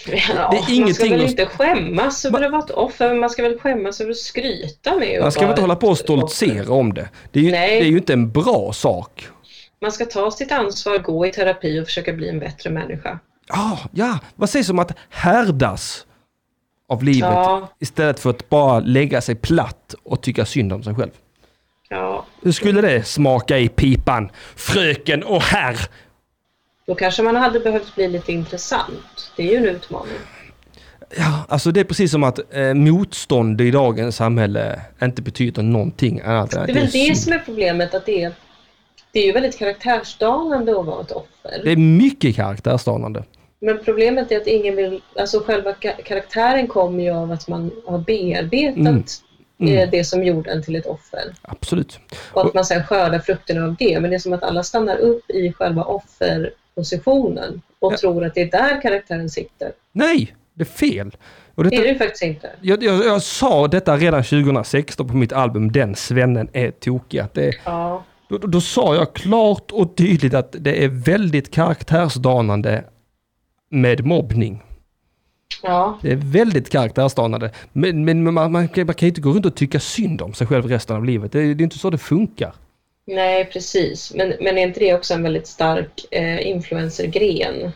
S1: Ja,
S2: Det är
S1: man ska
S2: ingenting
S1: väl
S2: att-
S1: inte skämmas över att vara ett offer, men man ska väl skämmas över att skryta med
S2: Man
S1: att
S2: ska väl
S1: vara
S2: inte hålla på och
S1: ett offer.
S2: stoltsera om det. Det är ju,
S1: Nej.
S2: det är ju inte en bra sak.
S1: Man ska ta sitt ansvar, gå i terapi och försöka bli en bättre människa.
S2: Ah, ja, vad sägs om att härdas av livet
S1: Ja.
S2: istället för att bara lägga sig platt och tycka synd om sig själv?
S1: Ja,
S2: Hur skulle det smaka i pipan? Fröken och herr!
S1: då kanske man hade behövt bli lite intressant. Det är ju en utmaning.
S2: Ja, alltså det är precis som att eh, motstånd i dagens samhälle inte betyder någonting annat än att
S1: Det är väl det
S2: synd.
S1: som är problemet, att det är, det är ju väldigt karaktärsdanande att vara ett offer.
S2: Det är mycket karaktärsdanande.
S1: Men problemet är att ingen vill, alltså själva ka- karaktären kommer ju av att man har bearbetat
S2: Mm. Mm.
S1: eh, det som gjorde en till ett offer.
S2: Absolut.
S1: Och att man sen skördar frukterna av det. Men det är som att alla stannar upp i själva offerpositionen och
S2: Ja.
S1: tror att det är där karaktären sitter.
S2: Nej, det är fel. Och
S1: Det
S2: detta,
S1: är det ju faktiskt inte.
S2: jag, jag, jag sa detta redan 2016 på mitt album Den svennen är tokig. Att det,
S1: Ja.
S2: då, då sa jag klart och tydligt att det är väldigt karaktärsdanande med mobbning.
S1: ja.
S2: Det är väldigt karaktärsdanande. Men, men men man, man, kan- man kan ju inte gå runt och tycka synd om sig själv resten av livet. Det, är- det är inte så det funkar.
S1: Nej, precis. Men, men är inte det också en väldigt stark eh, influencergren?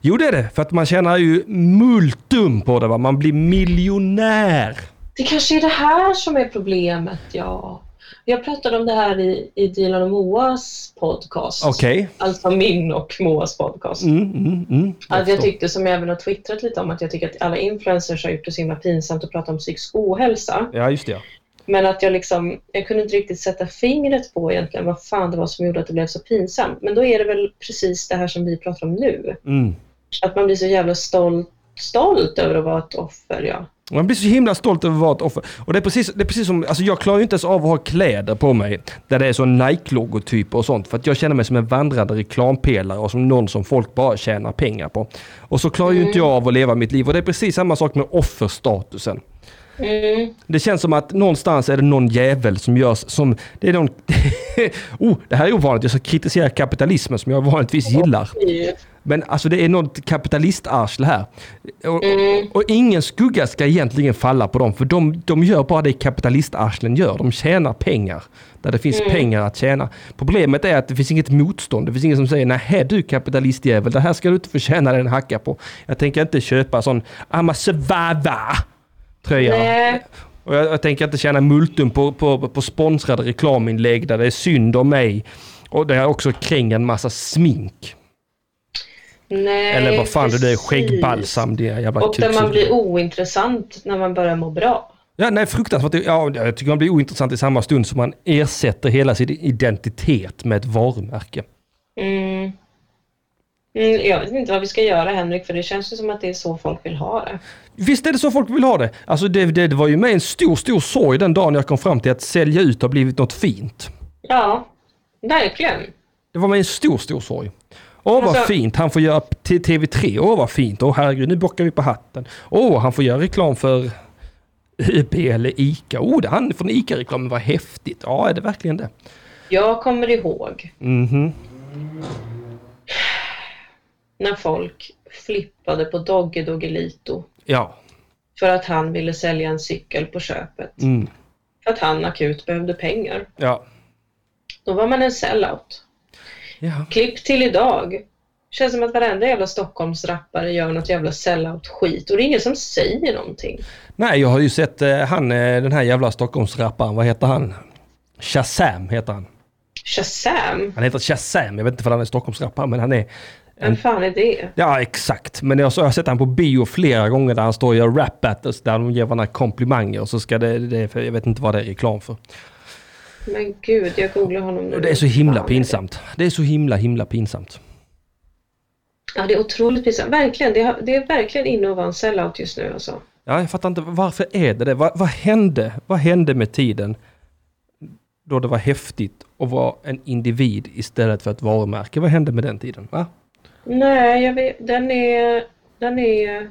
S2: Jo, det är det. För att man tjänar ju multum på det. Va? Man blir miljonär.
S1: Det kanske är det här som är problemet, ja. Jag pratade om det här i, i Dilan och Moas podcast.
S2: Okej.
S1: Alltså min och Moas podcast.
S2: Mm, mm, mm. Jag
S1: Att jag
S2: förstår.
S1: tyckte, som jag även har twittrat lite om, att jag tycker att alla influencers har gjort det så himla pinsamt att prata om psykisk ohälsa.
S2: ja, just det. ja.
S1: Men att jag liksom, jag kunde inte riktigt sätta fingret på egentligen vad fan det var som gjorde att det blev så pinsamt. Men då är det väl precis det här som vi pratar om nu.
S2: Mm.
S1: Att man blir så jävla stolt, stolt över att vara ett offer, ja.
S2: Och Man blir så himla stolt över att vara ett offer. Och det är precis, det är precis som, alltså jag klarar ju inte ens av att ha kläder på mig där det är så Nike-logotyper och sånt. För att jag känner mig som en vandrande reklampelare och som någon som folk bara tjänar pengar på. Och så klarar ju inte jag av att leva mitt liv. Och det är precis samma sak med offerstatusen.
S1: Mm.
S2: Det känns som att någonstans är det någon jävel som görs som... Det är någon... oh, det här är ovanligt. Jag ska kritisera kapitalismen som jag vanligtvis gillar. Men alltså det är något kapitalistarsle här. Och, och, och ingen skugga ska egentligen falla på dem. För de, de gör bara det kapitalistarslen gör. De tjänar pengar. Där det finns pengar att tjäna. Problemet är att det finns inget motstånd. Det finns ingen som säger nej du kapitalistjävel. Det här ska du inte förtjäna dig en hacka på. Jag tänker inte köpa sån I'm a survivor tröja.
S1: Nej.
S2: Och jag, jag tänker inte tjäna multum på, på, på sponsrade reklaminlägg där det är synd om mig. Och där jag också kränger en massa smink.
S1: Nej,
S2: Eller vad fan det är,
S1: precis.
S2: skäggbalsam Typ dina jävla
S1: Och där
S2: kuksugare.
S1: man blir ointressant när man börjar må bra.
S2: Ja, nej, fruktansvärt. Ja, jag tycker man blir ointressant i samma stund som man ersätter hela sin identitet med ett varumärke.
S1: Mm. Mm, jag vet inte vad vi ska göra Henrik, för det känns ju som att det är så folk vill ha det.
S2: Visst är det så folk vill ha det? Alltså det, det, det var ju med en stor, stor sorg den dagen jag kom fram till att sälja ut har blivit något fint.
S1: Ja, verkligen.
S2: Det var med en stor, stor sorg. Åh vad
S1: Alltså-
S2: fint, han får göra t- TV3. Åh vad fint, åh herregud, nu bockar vi på hatten. Åh, han får göra reklam för UB eller ICA. Åh, det han från ICA-reklamen, vad häftigt. Ja, är det verkligen det?
S1: Jag kommer ihåg
S2: Mhm.
S1: när folk flippade på Dogge Doggelito
S2: Ja.
S1: för att han ville sälja en cykel på köpet.
S2: Mm.
S1: För att han akut behövde pengar.
S2: Ja.
S1: Då var man en sellout.
S2: Ja.
S1: Klipp till idag. Känns som att varenda jävla Stockholmsrappare gör något jävla sellout-skit och det är ingen som säger någonting.
S2: Nej, jag har ju sett eh, han, eh, den här jävla Stockholmsrapparen, vad heter han? Shazam heter han.
S1: Shazam!
S2: Han heter Shazam, jag vet inte om han är Stockholmsrappare, men han är... Mm.
S1: Vem fan är det?
S2: Ja, exakt. Men jag, så- jag har sett han på bio flera gånger där han står och gör rap battles där de ger varandra komplimanger och så ska det, det för jag vet inte vad det är reklam för.
S1: Men gud, jag googlar honom nu.
S2: Och det är så himla
S1: Fan, är det?
S2: pinsamt. Det är så himla, himla pinsamt.
S1: Ja, det är otroligt pinsamt. Verkligen, det, har, det är verkligen inne att vara en sellout just nu alltså.
S2: Ja, jag fattar inte, varför är det det? Vad, vad hände? Vad hände med tiden då det var häftigt att vara en individ istället för ett varumärke? Vad hände med den tiden? Va?
S1: Nej, jag vet, den är... Den är...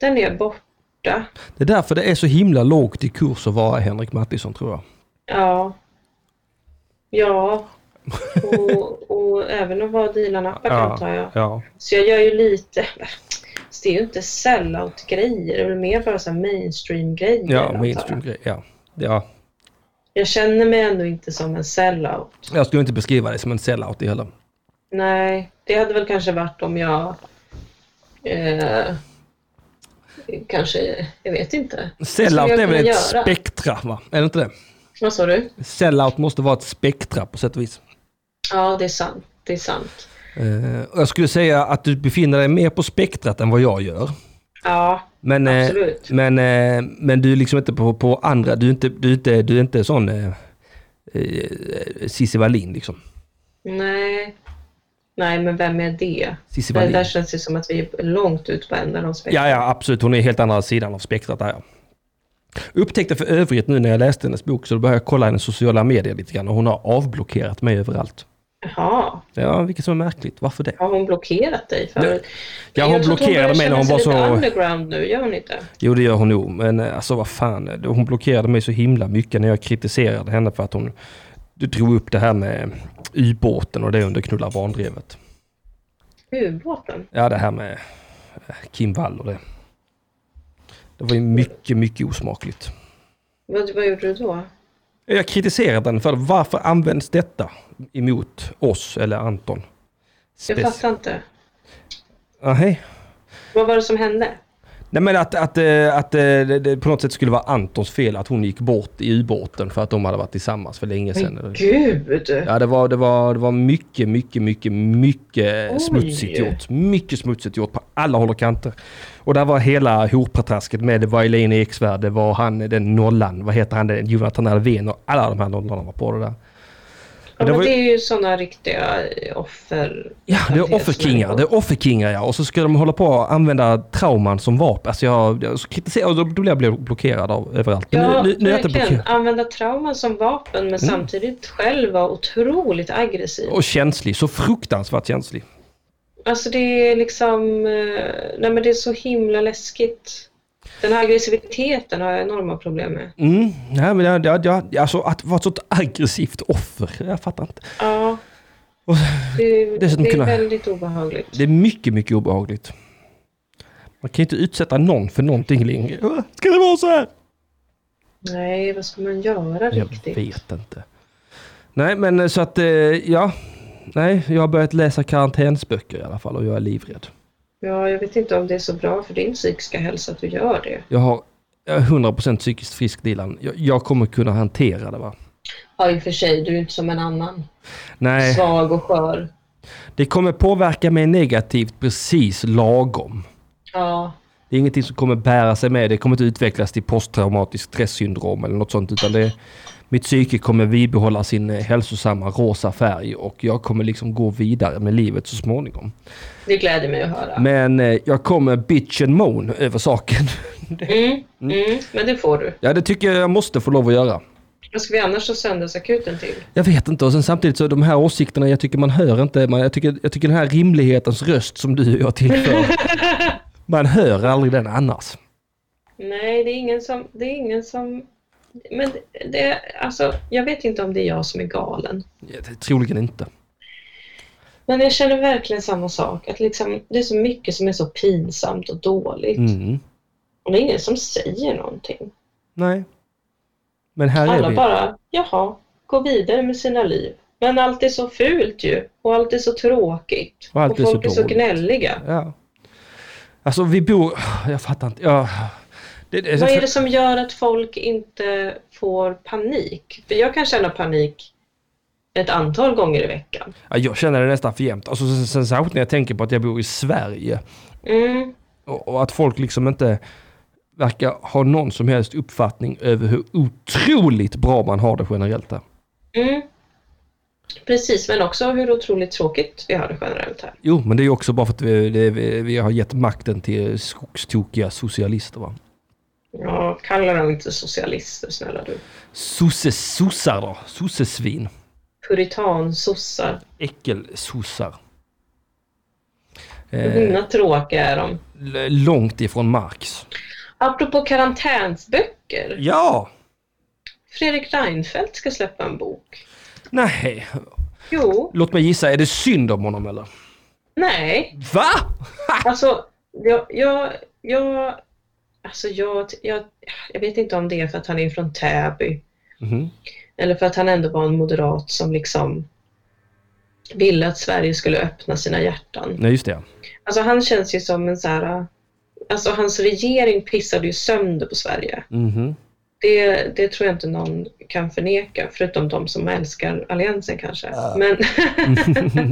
S1: Den är borta.
S2: Det är därför det är så himla lågt i kurs att vara Henrik Mattisson tror jag.
S1: Ja. Ja. Och, och även att vara Dilan Appa antar jag.
S2: ja.
S1: Så jag gör ju lite... Så det är ju inte sellout-grejer, det är väl mer bara så här mainstream-grejer.
S2: ja
S1: antar jag.
S2: mainstream-grej. Ja. Ja.
S1: Jag känner mig ändå inte som en sellout.
S2: Jag skulle inte beskriva det som en sellout heller.
S1: Nej, det hade väl kanske varit om jag... Eh, kanske, jag vet inte.
S2: Sellout
S1: Skulle
S2: är
S1: jag
S2: väl ett
S1: kunna göra?
S2: spektra, va? Är det inte det?
S1: Vad sa du?
S2: Sellout måste vara ett spektra på sätt och vis.
S1: Ja, det är sant. Det är sant.
S2: Eh, och jag skulle säga att du befinner dig mer på spektrat än vad jag gör.
S1: Ja,
S2: Men, eh,
S1: Absolut.
S2: men, eh, men du är liksom inte på, på andra, du är inte, du är inte, du är inte sån eh, eh, Cissi Wallin liksom.
S1: nej. Nej, men vem är det?
S2: Cissi
S1: Det
S2: Wallin.
S1: där känns det som att vi är långt ut på änden av spektrat.
S2: Ja, ja, absolut. Hon är helt andra sidan av spektrat där. Ja. Upptäckte för övrigt nu när jag läste hennes bok så började jag kolla hennes sociala medier lite grann och hon har avblockerat mig överallt.
S1: Jaha,
S2: Ja, vilket som är märkligt. Varför det?
S1: har hon blockerat dig? För...
S2: Ja, hon
S1: jag tror att
S2: blockerade mig när hon var
S1: Hon börjar känna sig
S2: så...
S1: lite underground nu, gör hon inte?
S2: Jo, det gör hon nog. Men eh, alltså vad fan. eh, Hon blockerade mig så himla mycket när jag kritiserade henne för att hon drog upp det här med eh, ubåten och det under knulla barndrevet.
S1: Ubåten?
S2: Ja, det här med eh, Kim Wall och det. Det var ju mycket, mycket osmakligt.
S1: Vad, vad gjorde du då?
S2: Jag kritiserar den för varför används detta emot oss eller Anton?
S1: Jag
S2: Spec-
S1: fattar inte.
S2: Ah, hej.
S1: Vad var det som hände?
S2: Nej men att, att, eh, att eh, det det på något sätt skulle vara Antons fel att hon gick bort i ubåten för att de hade varit tillsammans för länge sedan.
S1: Men gud!
S2: Ja det var, det var, det var mycket, mycket, mycket, mycket
S1: Oj.
S2: smutsigt gjort. Mycket smutsigt gjort på alla håll och kanter. Och där var hela horpatrasket med. Det var Elaine Eksvärd, det var han den nollan, vad heter han, den Jonathan Alvén och alla de här nollorna var på det där.
S1: Ja,
S2: det
S1: men
S2: var ju-
S1: det är ju sådana riktiga eh, offer...
S2: Ja, det är offerkingar. Det är offerkingar ja. Och så ska de hålla på att använda trauman som vapen. Alltså jag, jag så kritiserar och då blir jag bli- blockerad av överallt. Men
S1: Ja,
S2: nu, nu, nu är jag inte
S1: verkligen.
S2: blockerad. Mm.
S1: Använda trauman som vapen men samtidigt själv vara otroligt aggressiv.
S2: Och känslig. Så fruktansvärt känslig.
S1: Alltså det är liksom... eh, Nej men det är så himla läskigt. Den här aggressiviteten har jag enorma problem med.
S2: Mm. Nej, men jag, jag, jag, alltså att vara ett sånt aggressivt offer. Jag fattar inte.
S1: Ja. Det, det
S2: Dessutom
S1: är
S2: kunna-
S1: väldigt obehagligt.
S2: Det är mycket, mycket obehagligt. Man kan ju inte utsätta någon för någonting längre. Äh, Ska det vara så här?
S1: Nej, vad ska man göra
S2: Jag
S1: riktigt?
S2: vet inte. Nej, men eh, så att, eh, ja. Nej, jag har börjat läsa karantänsböcker i alla fall och jag är livrädd.
S1: Ja, jag vet inte om det är så bra för din psykiska hälsa att du gör det.
S2: Jag har jag är 100% psykiskt frisk Dilan. Jag, jag kommer kunna hantera det va?
S1: Ja, i och för sig, du är inte som en annan.
S2: Nej,
S1: Svag och skör.
S2: det kommer påverka mig negativt precis lagom.
S1: Ja,
S2: Det Det är ingenting som kommer bära sig med. Det kommer inte utvecklas till posttraumatiskt stresssyndrom eller något sånt. Utan det, mitt psyke kommer vidbehålla sin eh, hälsosamma rosa färg och jag kommer liksom gå vidare med livet så småningom.
S1: Det gläder mig att höra.
S2: Men eh, jag kommer bitch and moan över saken.
S1: Mm, mm, men det får du.
S2: Ja, det tycker jag jag måste få lov att göra.
S1: Vad ska vi annars ha söndagsakuten till?
S2: Jag vet inte och sen samtidigt så de här åsikterna, jag tycker man hör inte, man, jag, tycker, jag tycker den här rimlighetens röst som du och jag tillför, man hör aldrig den annars.
S1: Nej, det är ingen som... Det är ingen som men det, alltså, jag vet inte om det är jag som är galen.
S2: Ja, det- Troligen inte.
S1: Men jag känner verkligen samma sak. Att liksom, det är så mycket som är så pinsamt och dåligt.
S2: Mm.
S1: Och det är ingen som säger någonting.
S2: Nej. Men här är
S1: Alla
S2: vi.
S1: bara, jaha, går vidare med sina liv. Men allt är så fult ju. Och allt är så tråkigt.
S2: Och
S1: Och,
S2: allt är så
S1: folk är så,
S2: dåligt.
S1: gnälliga.
S2: Ja. Alltså vi bor... Jag fattar inte. Ja. Det, det,
S1: Vad är det som gör att folk inte får panik? För jag kan känna panik ett antal gånger i veckan.
S2: Ja, jag känner det nästan för jämt. Alltså, sen, sen särskilt när jag tänker på att jag bor i Sverige.
S1: Mm.
S2: Och, och att folk liksom inte verkar ha någon som helst uppfattning över hur otroligt bra man har det generellt där.
S1: Mm. Precis, men också hur otroligt tråkigt vi har det generellt här.
S2: Jo, men det är ju också bara för att vi, det, vi, vi har gett makten till skogstokiga socialister. Va?
S1: Ja, kalla dem inte socialister snälla du.
S2: Sosse-sossar då? Sossesvin.
S1: Puritansossar.
S2: Äckelsossar.
S1: Hur himla tråkiga är de.
S2: Eh, L- långt ifrån Marx.
S1: Apropå karantänsböcker.
S2: Ja!
S1: Fredrik Reinfeldt ska släppa en bok.
S2: Nej,
S1: Jo,
S2: låt mig gissa. Är det synd om honom eller?
S1: nej.
S2: Va?
S1: Alltså, jag... jag, jag Alltså jag, jag, jag vet inte om det är för att han är från Täby
S2: Mhm.
S1: eller för att han ändå var en moderat som liksom ville att Sverige skulle öppna sina hjärtan.
S2: Nej, just det.
S1: Alltså han känns ju som en så här... Alltså hans regering pissade ju sönder på Sverige.
S2: Mhm.
S1: Det, det tror jag inte någon kan förneka, förutom de som älskar Alliansen kanske. Men,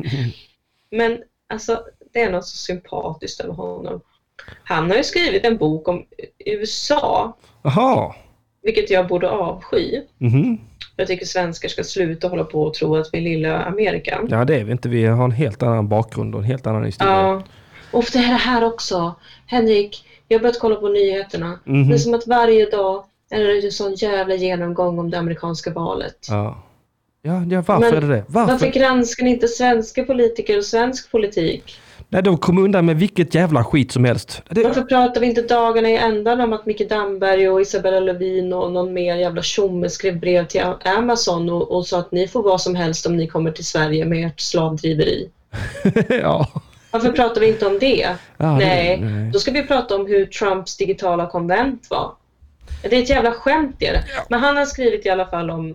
S1: men alltså, det är något så sympatiskt över honom. Han har ju skrivit en bok om USA,
S2: Jaha.
S1: vilket jag borde avsky.
S2: Mhm.
S1: Jag tycker svenskar ska sluta hålla på och tro att vi är lilla Amerika.
S2: Ja, det är vi inte. Vi har en helt annan bakgrund och en helt annan historia.
S1: Ja. Och det här, det här också. Henrik, jag har börjat kolla på nyheterna.
S2: Mhm.
S1: Det är som att varje dag är det en sån jävla genomgång om det amerikanska valet.
S2: Ja, ja, ja varför
S1: Men
S2: är det det? Varför?
S1: Varför granskar ni inte svenska politiker och svensk politik?
S2: Nej, de kommer undan med vilket jävla skit som helst. Det...
S1: Varför pratar vi inte dagarna i ändan om att Micke Damberg och Isabella Lövin och någon mer jävla tjomme skrev brev till Amazon och, och sa att ni får vad som helst om ni kommer till Sverige med ert slavdriveri?
S2: ja.
S1: Varför pratar vi inte om det?
S2: Ja, det-
S1: nej.
S2: nej.
S1: då ska vi prata om hur Trumps digitala konvent var. Det är ett jävla skämt det är det. Men han har skrivit i alla fall om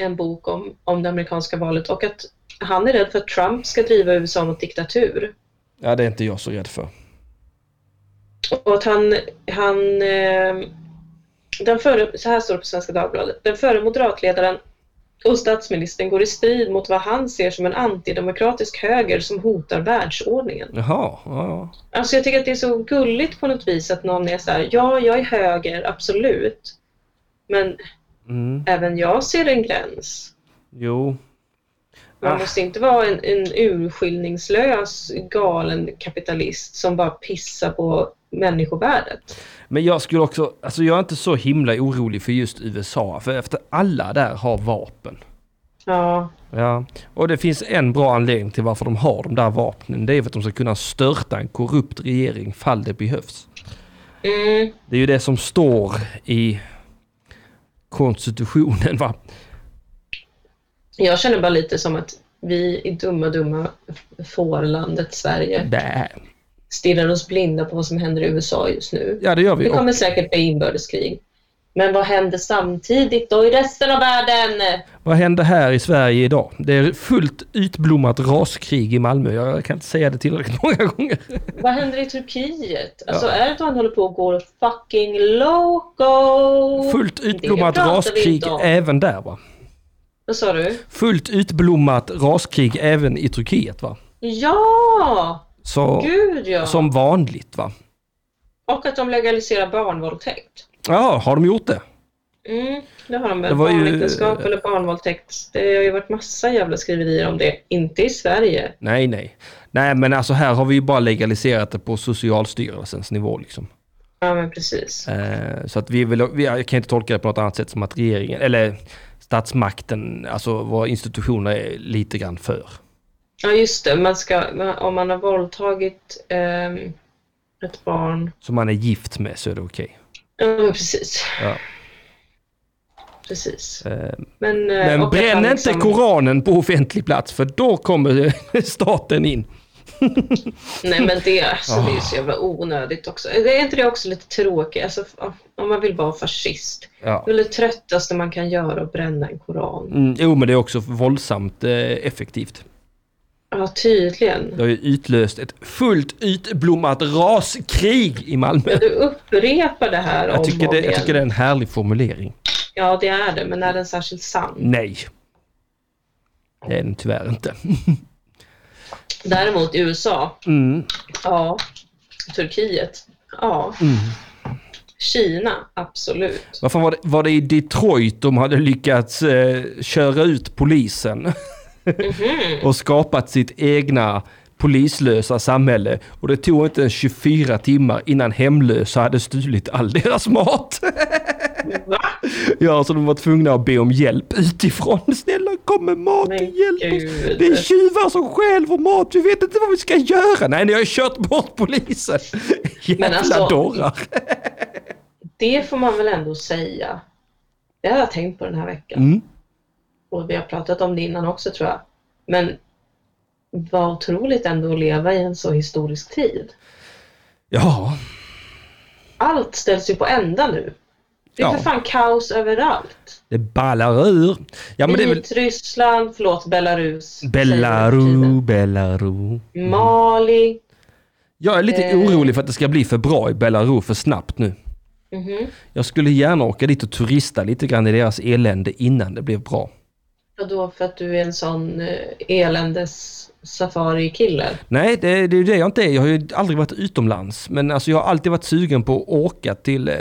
S1: en bok om, om det amerikanska valet och att han är rädd för att Trump ska driva USA mot diktatur.
S2: ja, det är inte jag så rädd för.
S1: Och att han, han eh, den före, så här står det på Svenska Dagbladet, den före moderatledaren och statsministern går i strid mot vad han ser som en antidemokratisk höger som hotar världsordningen.
S2: Jaha, ja, ja.
S1: Alltså jag tycker att det är så gulligt på något vis att någon är så här, ja jag är höger, absolut. Men
S2: Mm.
S1: även jag ser en gräns.
S2: Jo.
S1: Man
S2: Ah.
S1: måste inte vara en, en urskiljningslös galen kapitalist som bara pissar på människovärdet.
S2: Men jag skulle också, alltså jag är inte så himla orolig för just USA, för efter alla där har vapen.
S1: Ja,
S2: Ja, och det finns en bra anledning till varför de har de där vapnen. Det är för att de ska kunna störta en korrupt regering fall det behövs.
S1: mm,
S2: Det är ju det som står i konstitutionen va?
S1: jag känner bara lite som att vi i dumma dumma fårlandet Sverige
S2: Bä.
S1: stirrar oss blinda på vad som händer i USA just nu.
S2: Ja det gör vi.
S1: Det
S2: Och,
S1: kommer säkert bli inbördeskrig. Men vad händer samtidigt då i resten av världen?
S2: vad händer här i Sverige idag? Det är fullt utblommat raskrig i Malmö. Jag kan inte säga det tillräckligt många gånger.
S1: Vad händer i Turkiet? Alltså Erdogan håller på att gå fucking loco!
S2: Fullt utblommat
S1: pratar vi
S2: raskrig
S1: inte om.
S2: även där va?
S1: Vad sa du?
S2: Fullt utblommat raskrig även i Turkiet va?
S1: Ja!
S2: Så,
S1: Gud ja!
S2: som vanligt va?
S1: Och att de legaliserar barnvåldtäkt.
S2: Jaha, har de gjort det?
S1: Mm, det har de väl.
S2: Det var ju-
S1: Barnäktenskap eller barnvåldtäkt. Det har ju varit massa jävla skriverier om det. Inte i Sverige.
S2: Nej, nej. Nej, men alltså här har vi ju bara legaliserat det på Socialstyrelsens nivå liksom.
S1: Ja, men precis.
S2: Eh, så att vi vill, vi, jag kan inte tolka det på något annat sätt som att regeringen, eller statsmakten, alltså våra institutioner är lite grann för.
S1: Ja, just det. Man ska, om man har våldtagit ehm, ett barn.
S2: Som man är gift med så är det okej.
S1: Ja, men precis.
S2: Ja.
S1: Precis.
S2: Eh,
S1: Men, eh, och
S2: Men
S1: att man
S2: bränn inte
S1: liksom-
S2: Koranen på offentlig plats för då kommer staten in.
S1: Nej men det, alltså, det är ju
S2: Ah.
S1: så jävla onödigt också. Det är inte det också lite tråkigt? Alltså, f- om man vill vara fascist.
S2: Ja.
S1: Det är väl det tröttaste man kan göra att bränna en koran.
S2: Mm, jo, men det är också våldsamt eh, effektivt.
S1: Ja, tydligen.
S2: Det har ju utlöst ett fullt utblommat raskrig i Malmö.
S1: Men du upprepar det här om
S2: Jag tycker
S1: och
S2: det,
S1: om
S2: jag
S1: igen.
S2: tycker det är en härlig formulering.
S1: Ja, det är det. Men är den särskilt sann?
S2: Nej. Det är den tyvärr inte.
S1: Däremot USA.
S2: Mm.
S1: Ja. Turkiet. Ja.
S2: Mm.
S1: Kina. Absolut.
S2: Vad fan var det, var det i Detroit de hade lyckats eh, köra ut polisen
S1: Mhm.
S2: och skapat sitt egna polislösa samhälle. Och det tog inte ens 24 timmar innan hemlösa hade stulit all deras mat.
S1: Va?
S2: ja, så de var tvungna att be om hjälp utifrån. Snälla kom med mat,
S1: Men
S2: hjälp oss.
S1: gud.
S2: Det är tjuvar som stjäl vår mat, vi vet inte vad vi ska göra. Nej, ni har ju kört bort polisen. Jävla
S1: Men alltså-
S2: dårar.
S1: Det får man väl ändå säga. Det har jag tänkt på den här veckan.
S2: Mm.
S1: och vi har pratat om det innan också tror jag. Men vad otroligt ändå att leva i en så historisk tid.
S2: Ja,
S1: Allt ställs ju på ända nu. Det är
S2: Ja.
S1: för fan kaos överallt.
S2: det ballar ur. Ja, men det är väl...
S1: Vitryssland, förlåt Belarus. säger man
S2: Belarus,
S1: nu
S2: Belarus.
S1: för tiden. Mali.
S2: Jag är lite
S1: Eh.
S2: orolig för att det ska bli för bra i Belarus för snabbt nu.
S1: Mhm.
S2: Jag skulle gärna åka dit och turista lite grann i deras elände innan det blev bra.
S1: Vadå för att du är en sån eh, eländes safari-kille?
S2: Nej, det, det är ju det jag inte är. Jag har ju aldrig varit utomlands. Men alltså jag har alltid varit sugen på att åka till eh,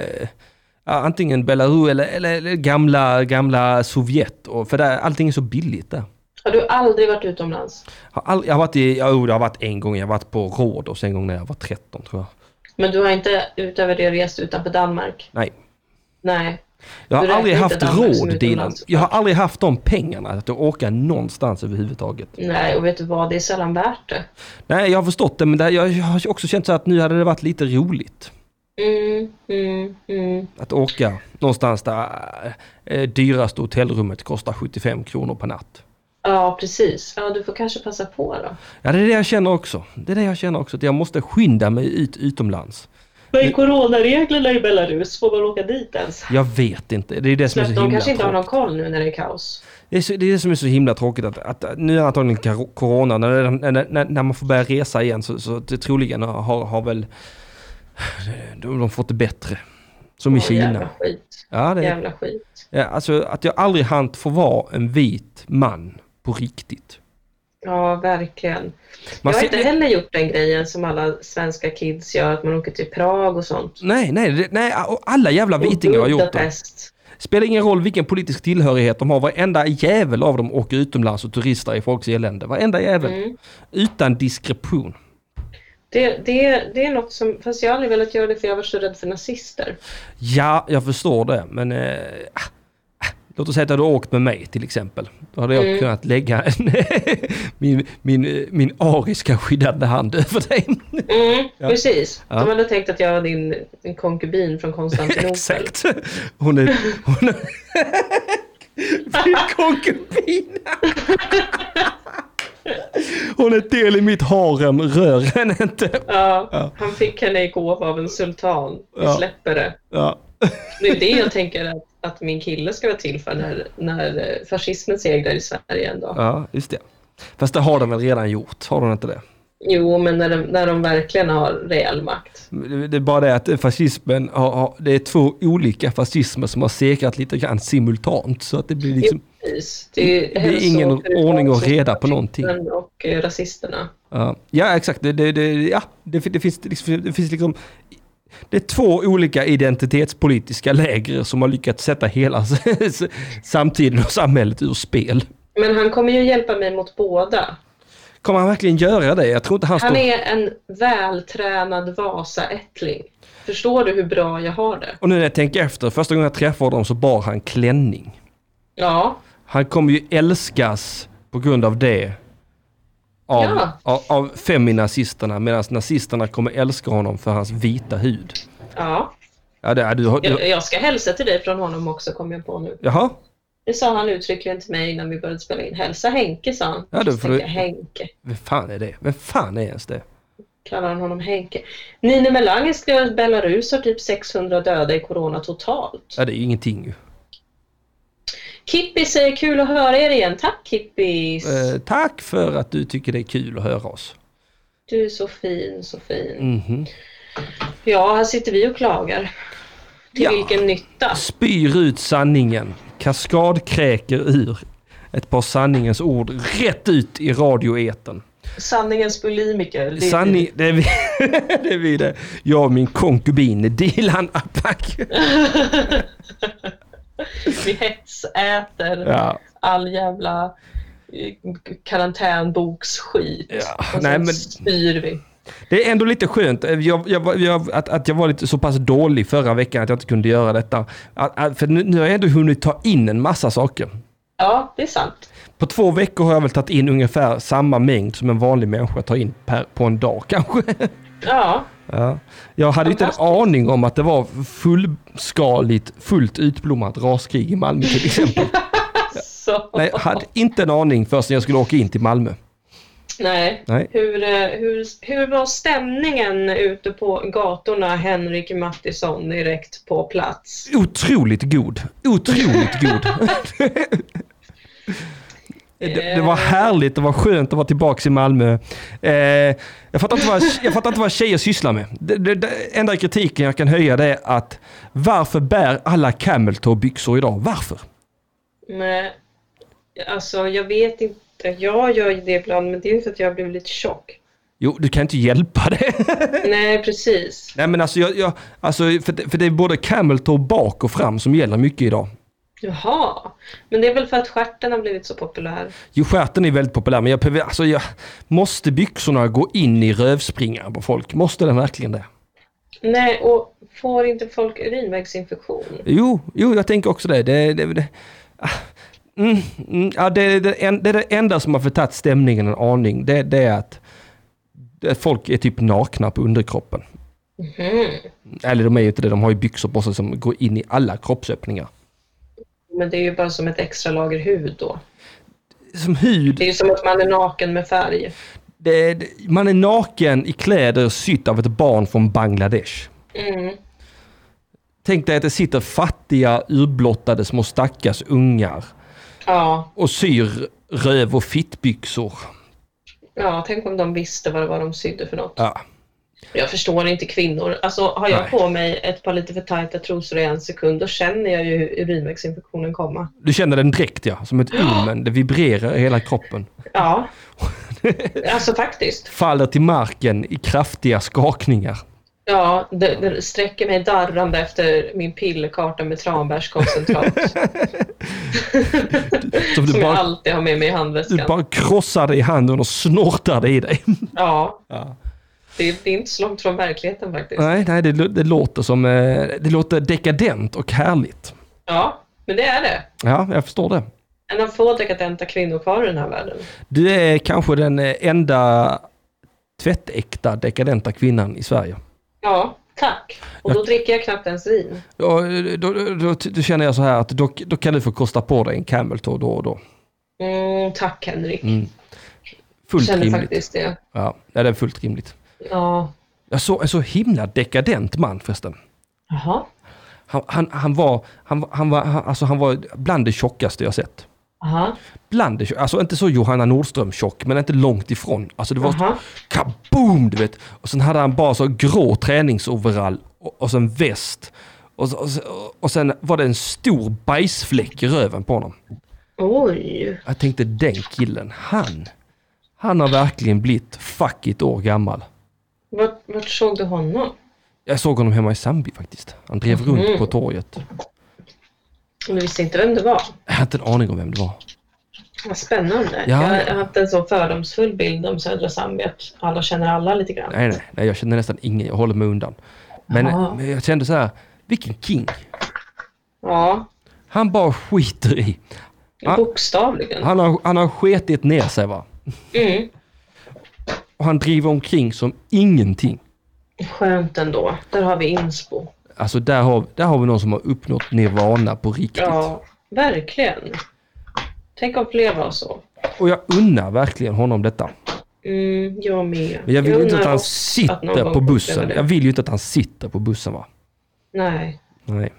S2: ja, antingen Belarus eller, eller, eller gamla, gamla Sovjet. Och, för där, allting är så billigt där.
S1: Har du aldrig varit utomlands?
S2: Jag har, all, jag har varit i, ja, jo, det har varit en gång, jag har varit på Rhodos en gång när jag var 13 tror jag.
S1: Men du har inte utöver det rest utanför Danmark?
S2: Nej,
S1: Nej.
S2: Jag har
S1: Du räknar
S2: aldrig
S1: inte
S2: haft
S1: Danmark som
S2: råd Dilan.
S1: utomlands.
S2: Jag har aldrig haft de pengarna att åka någonstans överhuvudtaget.
S1: Nej, och vet du vad? Det är sällan värt det.
S2: Nej, jag har förstått det men det, jag, jag har också känt så att nu hade det varit lite roligt.
S1: Mm, mm, mm.
S2: Att åka någonstans där eh, dyraste hotellrummet kostar 75 kronor per natt.
S1: Ja, precis. Ja, du får kanske passa på då.
S2: Ja, det är det jag känner också. Det är det jag känner också, att jag måste skynda mig ut utomlands.
S1: Vad är coronareglerna i Belarus? Får man åka dit ens?
S2: Jag vet inte, det är det som är så
S1: Släpp, de
S2: himla
S1: kanske inte har
S2: tråkigt.
S1: någon koll nu när det är kaos.
S2: Det är, så, det är det som är så himla tråkigt att, att eh, nu är antagligen kar- corona, när, när, när, när man får börja resa igen så, så det troligen har, har väl de, de fått det bättre. Som i
S1: Åh, Jävla
S2: Kina.
S1: skit.
S2: Ja, det,
S1: Jävla skit.
S2: ja, alltså att jag aldrig hann få vara en vit man på riktigt.
S1: Ja, verkligen.
S2: Man
S1: jag har
S2: ser-
S1: inte heller gjort den grejen som alla svenska kids gör, att man åker till Prag och sånt.
S2: Nej, nej, det- nej, och alla jävla vitingar har gjort det.
S1: Budapest.
S2: Spelar ingen roll vilken politisk tillhörighet de har, varenda jävel av dem åker utomlands och turistar i folks elände. Varenda jävel.
S1: Mm.
S2: Utan diskretion.
S1: Det, det, det är något som, fast jag har aldrig velat göra det för jag var så rädd för nazister.
S2: Ja, jag förstår det, men... Eh, ah, ah, låt oss säga att du hade åkt med mig till exempel. Då hade jag
S1: Mm.
S2: kunnat lägga en, min, min, eh, min ariska skyddande hand över dig.
S1: Mm, Precis.
S2: Ja.
S1: De hade tänkt att jag var din din konkubin från Konstantinopel.
S2: Exakt. Hon är... Hon är min konkubin. Hon är del i mitt harem, rör henne inte.
S1: Ja,
S2: Ja.
S1: han fick henne i gåva av en sultan. Vi
S2: Ja.
S1: släpper det.
S2: Ja.
S1: Det är det jag tänker att, att min kille ska vara till för när, när fascismen segrar i Sverige en dag.
S2: ja, just det. Fast det har den väl redan gjort? Har den inte det?
S1: Jo, men när de, när de verkligen har reell makt.
S2: Det är bara det att fascismen har, har, det är två olika fascismer som har segrat lite grann simultant. Så att det blir liksom,
S1: Precis. Det är,
S2: Det är
S1: hälso-
S2: ingen
S1: förutom
S2: ordning och reda på
S1: fascismen
S2: någonting.
S1: Och eh, rasisterna.
S2: ja. ja exakt, det, det, det, ja, det, fin- det finns, liksom- det finns liksom Det är två olika identitetspolitiska läger som har lyckats sätta hela samtiden och samhället ur spel.
S1: Men han kommer ju hjälpa mig mot båda.
S2: Kommer han verkligen göra det? Jag tror inte han,
S1: Han
S2: står...
S1: är en vältränad Vasaättling. Förstår du hur bra jag har det?
S2: Och nu när jag tänker efter, första gången jag träffade honom så bar han klänning.
S1: Ja,
S2: Han kommer ju älskas på grund av det av,
S1: Ja.
S2: av, av feminazisterna medan nazisterna kommer älska honom för hans vita hud.
S1: ja.
S2: Ja, det, du, har- du,
S1: Jag, jag ska hälsa till dig från honom också kom jag på nu.
S2: jaha?
S1: Det sa han uttryckligen till mig innan vi började spela in. Hälsa Henke sa han.
S2: Ja, då
S1: Så tänkte
S2: får du-
S1: jag, Henke.
S2: Vem fan är det? Vem fan är ens det?
S1: Kallar han honom Henke. Nine Melanger skrev att Belarus har typ 600 döda i corona totalt.
S2: Ja, det är ju ingenting ju.
S1: Kippi säger kul att höra er igen. Tack Kippis!
S2: Eh, tack för att du tycker det är kul att höra oss.
S1: Du är så fin, så fin.
S2: Mhm.
S1: Ja, här sitter vi och klagar. Till
S2: Ja.
S1: vilken nytta?
S2: Spyr ut sanningen. Kaskadkräker ur ett par sanningens ord rätt ut i radioeten.
S1: Sanningens bulimiker. det-
S2: Sanning, det är vi det. Är vi det. Jag och min konkubin Dilan Apak.
S1: Vi hetsäter
S2: Ja.
S1: all jävla eh, karantänboksskit.
S2: Ja,
S1: Och sen
S2: nej, men-
S1: styr vi.
S2: Det är ändå lite skönt Eh, jag, jag, jag, att, att jag var lite så pass dålig förra veckan att jag inte kunde göra detta. Att, att, för nu, nu har jag ändå hunnit ta in en massa saker.
S1: Ja, det är sant.
S2: På två veckor har jag väl tagit in ungefär samma mängd som en vanlig människa tar in per, på en dag kanske.
S1: Ja,
S2: Ja. Jag hade ju inte en aning om att det var fullskaligt, fullt utblommat raskrig i Malmö till exempel.
S1: så.
S2: Nej, jag hade inte en aning förrän jag skulle åka in till Malmö.
S1: Nej.
S2: Nej.
S1: Hur, eh, hur, hur var stämningen ute på gatorna, Henrik Mattisson, direkt på plats?
S2: Otroligt god. Otroligt god. Det, det var härligt, det var skönt att vara tillbaka i Malmö. Eh, jag, fattar inte vad, jag fattar inte vad tjejer sysslar med. Det, det, det, enda kritiken jag kan höja det är att varför bär alla camel toe byxor idag? Varför?
S1: Men, alltså, jag vet inte. Jag gör ju det ibland, men det är ju för att jag har blivit lite tjock.
S2: Jo, du kan inte hjälpa det.
S1: Nej, precis.
S2: Nej men alltså, jag, jag, alltså för, det- för det är både camel toe bak och fram som gäller mycket idag.
S1: Jaha. Men det är väl för att stjärten har blivit så populär.
S2: Jo, stjärten är väldigt populär, men jag, behöver- alltså, jag måste byxorna gå in i rövspringan på folk? Måste den verkligen det?
S1: Nej, och får inte folk urinvägsinfektion?
S2: Jo, jo jag tänker också det. det, det, det. ah, Mm, mm, ja, det, är det, en- det är det enda som har förtagit stämningen en aning. Det, det är att det- folk är typ nakna på underkroppen. Eller de är ju inte det, de har ju byxor på sig som går in i alla kroppsöppningar.
S1: Men det är ju bara som ett extra lager hud då.
S2: Som hud,
S1: Det är ju som att man är naken med färg.
S2: det, det, man är naken i kläder sytt av ett barn från Bangladesh.
S1: Mm.
S2: Tänk dig att det sitter fattiga, urblottade små stackars ungar
S1: Ja,
S2: och syr röv och fittbyxor.
S1: ja, tänk om de visste vad det var de sydde för något.
S2: Ja.
S1: Jag förstår inte kvinnor. Alltså har jag
S2: Nej.
S1: på mig ett par lite för tajta trosor i en sekund, då känner jag ju hur urinvägsinfektionen komma.
S2: Du känner den direkt ja, som ett ulmen. Det vibrerar i hela kroppen.
S1: Ja. Alltså faktiskt.
S2: Faller till marken i kraftiga skakningar.
S1: Ja, det, det sträcker mig darrande efter min pillerkarta med tranbärskoncentrat.
S2: Som
S1: som
S2: du
S1: jag
S2: bara,
S1: alltid har med mig i
S2: du
S1: handväskan.
S2: bara krossar det i handen och snortar det i dig.
S1: Ja,
S2: Ja.
S1: det, det är inte så långt från verkligheten faktiskt.
S2: Nej, nej det, det låter som, eh, det låter dekadent och härligt.
S1: Ja, men det är det.
S2: Ja, jag förstår det.
S1: En av få dekadenta kvinnor kvar i den här världen.
S2: Du är kanske den eh, enda tvättäkta dekadenta kvinnan i Sverige.
S1: Ja, tack. Och då dricker jag knappt ens vin.
S2: Ja, då, då, då, då känner jag så här att då, då kan du få kosta på dig en camel toe då och då.
S1: Mm, tack Henrik.
S2: Fullt
S1: känner
S2: rimligt.
S1: faktiskt det.
S2: Ja, ja, det är fullt rimligt.
S1: Ja.
S2: Jag såg en så himla dekadent man förresten.
S1: Jaha.
S2: Han, han, han, var, han, han, var, han, alltså han var bland det tjockaste jag sett.
S1: Aha.
S2: Bland det, tjock- alltså inte så Johanna Nordström tjock, men inte långt ifrån. Alltså det var
S1: Aha.
S2: kaboom, du vet. Och sen hade han bara så grå träningsoverall och, och sen väst. Och, så- och, så- och sen var det en stor bajsfläck i röven på honom.
S1: Oj.
S2: Jag tänkte den killen, han, han har verkligen blivit fuck it år gammal.
S1: Vart, vart såg du honom?
S2: Jag såg honom hemma i Sandby faktiskt. Han drev runt på torget.
S1: Men du visste inte vem det var.
S2: Jag har inte en aning om vem det var.
S1: Vad spännande.
S2: Ja.
S1: Jag har haft en sån fördomsfull bild om södra Zambia. att Alla känner alla lite grann.
S2: Nej, nej, nej jag känner nästan ingen. Jag håller mig undan. Men,
S1: Ja.
S2: men jag kände så här, vilken king.
S1: Ja,
S2: Han bara skiter i. Ja.
S1: bokstavligen.
S2: Han har, han har sketit ner sig va.
S1: Mm.
S2: Och han driver omkring som ingenting.
S1: Skönt ändå. Där har vi Inspo.
S2: Alltså där har, där har vi någon som har uppnått nirvana på riktigt.
S1: Ja, verkligen. Tänk om fler var så.
S2: Och jag unnar verkligen honom detta.
S1: Mm, jag med.
S2: Men jag vill ju inte
S1: undrar
S2: att han
S1: oss att någon gång
S2: sitter på
S1: upplever
S2: bussen.
S1: det.
S2: Jag vill ju inte att han sitter på bussen va.
S1: Nej,
S2: Nej.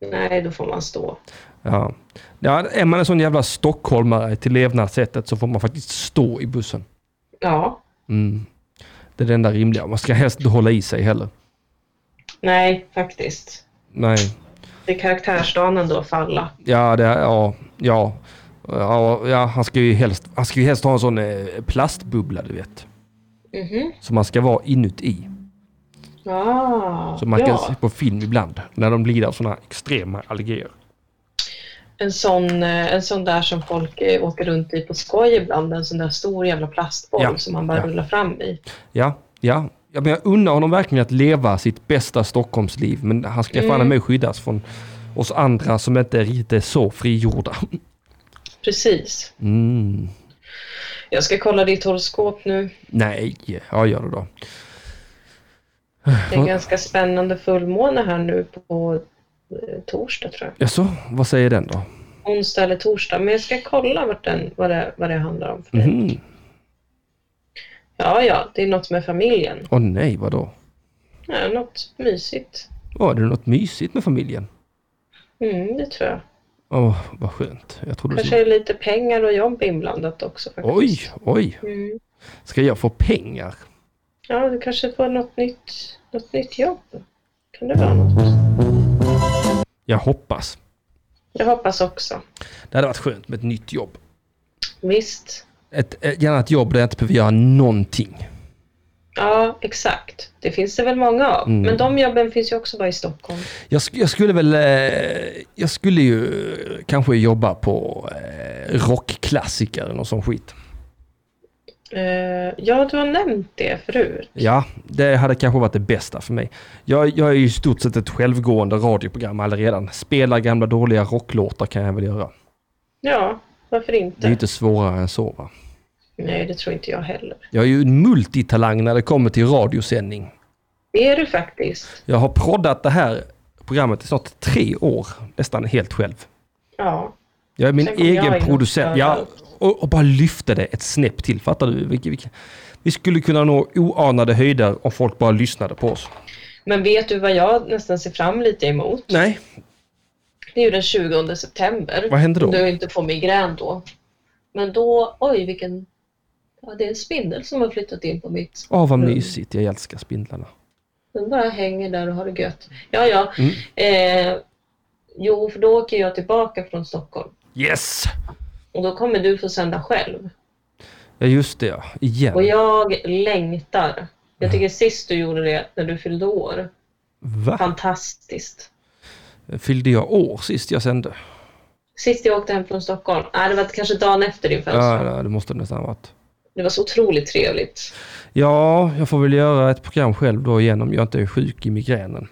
S1: nej, då får man stå.
S2: Ja. ja, är man en sån jävla stockholmare till levnadssättet så får man faktiskt stå i bussen.
S1: Ja,
S2: Mm. Det är det enda rimliga. Man ska helst inte hålla i sig heller.
S1: nej, faktiskt.
S2: Nej.
S1: Det är karaktärsdagen då för alla.
S2: Ja, det är, ja, ja. Ja, ja, han ska ju helst, han ska ju helst ha en sån eh, plastbubbla du vet.
S1: Mhm.
S2: Som man ska vara inuti.
S1: Ah,
S2: Som man
S1: ja,
S2: kan se på film ibland. När de lider av såna här extrema allergier.
S1: en, sån, eh, en sån där som folk eh, åker runt i på skoj ibland. En sån där stor jävla plastboll
S2: Ja,
S1: som man bara
S2: ja.
S1: rullar fram i.
S2: Ja, ja. ja men jag unnar honom verkligen att leva sitt bästa Stockholmsliv. Men han ska fan i
S1: Mm.
S2: mig skyddas från oss andra som inte är riktigt är så frigjorda.
S1: Precis.
S2: Mm.
S1: Jag ska kolla ditt horoskop nu.
S2: Nej, ja gör det då. Mm.
S1: Det är en ganska spännande fullmåne här nu på eh, torsdag tror jag.
S2: Jaså, vad säger den då?
S1: onsdag eller torsdag. Men jag ska kolla vart den, vad, det, vad det handlar om. För dig.
S2: Mhm.
S1: Ja, ja, det är något med familjen.
S2: Åh nej, vadå?
S1: Ja, något mysigt.
S2: Åh, är det något mysigt med familjen?
S1: Mm, det tror jag.
S2: Åh, vad skönt. Jag trodde
S1: Kanske
S2: det
S1: är det lite pengar och jobb inblandat också.
S2: Oj,
S1: Faktiskt.
S2: oj.
S1: Mm.
S2: Ska jag få pengar?
S1: Ja, du kanske får något nytt, något nytt jobb. Kan det vara något?
S2: Jag hoppas.
S1: Jag hoppas också.
S2: Det hade varit skönt med ett nytt jobb.
S1: Visst.
S2: Ett, ett, gärna ett jobb där jag inte behöver göra någonting.
S1: Ja, exakt. Det finns det väl många av.
S2: Mm.
S1: Men de jobben finns ju också bara i Stockholm.
S2: Jag, sk- jag skulle väl... eh, Jag skulle ju eh, kanske jobba på eh, rockklassiker eller någon sån skit.
S1: Eh, ja, du har nämnt det förut.
S2: Ja, det hade kanske varit det bästa för mig. Jag, jag är ju i stort sett ett självgående radioprogram redan. Spela gamla dåliga rocklåtar kan jag väl göra.
S1: Ja, varför
S2: Det är
S1: inte?
S2: ju inte svårare än så va.
S1: Nej, det tror inte jag heller.
S2: Jag är ju en multitalang när det kommer till radiosändning.
S1: Det är du faktiskt.
S2: Jag har proddat det här programmet i snart tre år, nästan helt själv.
S1: Ja.
S2: Jag är min
S1: Sen kom
S2: egen
S1: jag in och
S2: producent.
S1: körde
S2: Ja,
S1: allt.
S2: och, och bara lyfte det ett snäpp till, fattar du? Vi, vi, vi skulle kunna nå oanade höjder om folk bara lyssnade på oss.
S1: Men vet du vad jag nästan ser fram lite emot?
S2: Nej.
S1: Det är ju den 20 september.
S2: Vad händer då?
S1: Om du inte får migrän då. Men då, oj vilken... Ja, det är en spindel som har flyttat in på mitt.
S2: Åh, vad
S1: Mm.
S2: mysigt. Jag älskar spindlarna.
S1: Den bara hänger där och har det gött. Ja, ja.
S2: Mm.
S1: Eh, jo, för då åker jag tillbaka från Stockholm.
S2: Yes!
S1: Och då kommer du få sända själv.
S2: Ja, just det ja.
S1: Och
S2: Igen.
S1: jag längtar. Jag tycker sist du gjorde det, när du fyllde år.
S2: Va?
S1: Fantastiskt.
S2: Fyllde jag år sist jag sände?
S1: Sist jag åkte hem från Stockholm. Nej, det var kanske dagen efter din födelsedag.
S2: Ja, ja, det måste det nästan ha varit.
S1: Det var så otroligt trevligt.
S2: Ja, jag får väl göra ett program själv då igen om jag inte är sjuk i migränen.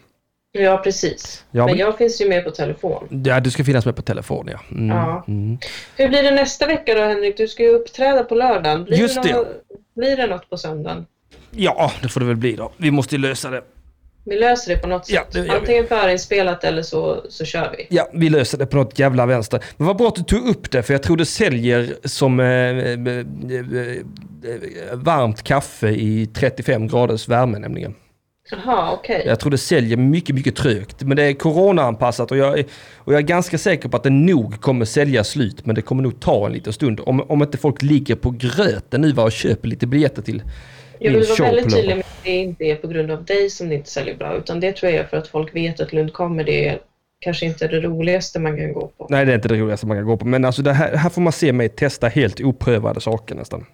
S1: Ja, precis.
S2: Ja,
S1: men...
S2: men-
S1: jag finns ju med på telefon.
S2: Ja, du ska finnas med på telefon ja. Mm,
S1: Ja.
S2: Mm.
S1: Hur blir det nästa vecka då, Henrik? Du ska ju uppträda på lördagen. Blir
S2: Just
S1: det. nå- Blir det något på söndagen?
S2: ja, det får det väl bli då. Vi måste ju lösa det.
S1: Vi löser det på något
S2: Ja,
S1: sätt.
S2: det gör vi.
S1: Antingen förinspelat eller så, så kör vi.
S2: Ja, vi löser det på något jävla vänster. Men vad bra att du tog upp det, för jag tror det säljer som eh, eh, eh, eh, varmt kaffe i 35 graders värme nämligen.
S1: Jaha, okej.
S2: Jag tror det säljer mycket, mycket trögt. Men det är coronaanpassat och jag är, och jag är ganska säker på att det nog kommer sälja slut. Men det kommer nog ta en liten stund. Om, om inte folk ligger på gröten nu va, och köper lite biljetter till
S1: Jag
S2: min
S1: vill vara
S2: show på
S1: väldigt
S2: lördag.
S1: tydlig med att det inte är på grund av dig som det inte säljer bra, utan det tror jag är för att folk vet att Lund kommer. Det är kanske inte det roligaste man kan gå på.
S2: Nej, det är inte det roligaste man kan gå på. Men alltså det här, här får man se mig testa helt oprövade saker nästan.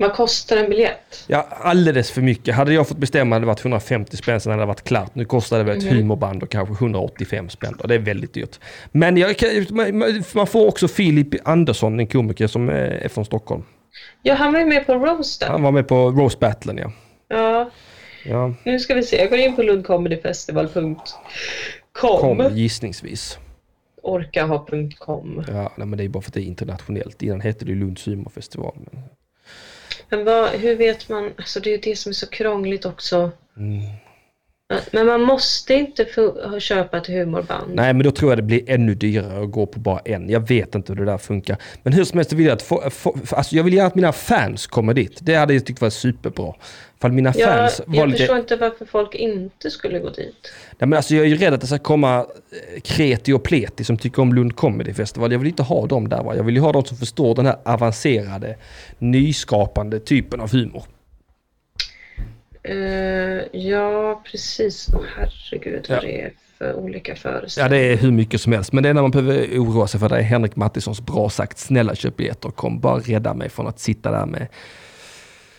S1: Man kostar en biljett.
S2: Ja, alldeles för mycket. Hade jag fått bestämma hade det varit 150 spänn sen hade det varit klart. Nu kostar det väl ett humorband och kanske 185 spänn och det är väldigt dyrt. Men jag, kan- man- man får också Filip Andersson, en komiker som eh, är från Stockholm.
S1: Ja, han var ju med på roasten.
S2: Han var med på Roast Battlen ja.
S1: Ja,
S2: ja
S1: nu ska vi se. Jag går in på lundcomedyfestival.com.
S2: kom gissningsvis.
S1: Orkaha.com.
S2: Ja, nej, men det är bara för att det är internationellt. Innan hette det ju Lunds humorfestival. Men...
S1: Men vad, hur vet man? Alltså det är ju det som är så krångligt också.
S2: Mm.
S1: Men man måste inte få, köpa ett humorband.
S2: Nej, men då tror jag det blir ännu dyrare att gå på bara en. Jag vet inte hur det där funkar. Men hur som helst vill jag att, få, få, alltså jag vill gärna att mina fans kommer dit. Det hade jag tyckt var superbra. För mina
S1: Jag,
S2: fans var
S1: jag
S2: lite...
S1: förstår inte varför folk inte skulle gå dit.
S2: Nej, men alltså jag är ju rädd att det ska komma eh, kreti och pleti som tycker om Lund Comedy Festival. Jag vill inte ha dem där. Va? Jag vill ju ha dem som förstår den här avancerade, nyskapande typen av humor.
S1: Eh, ja, precis. Åh, herregud vad
S2: Ja.
S1: det är för olika
S2: Ja,
S1: föreställningar.
S2: det är hur mycket som helst. Men det enda man behöver oroa sig för det är Henrik Mattissons bra sagt snälla köp biljetter och kom bara rädda mig från att sitta där med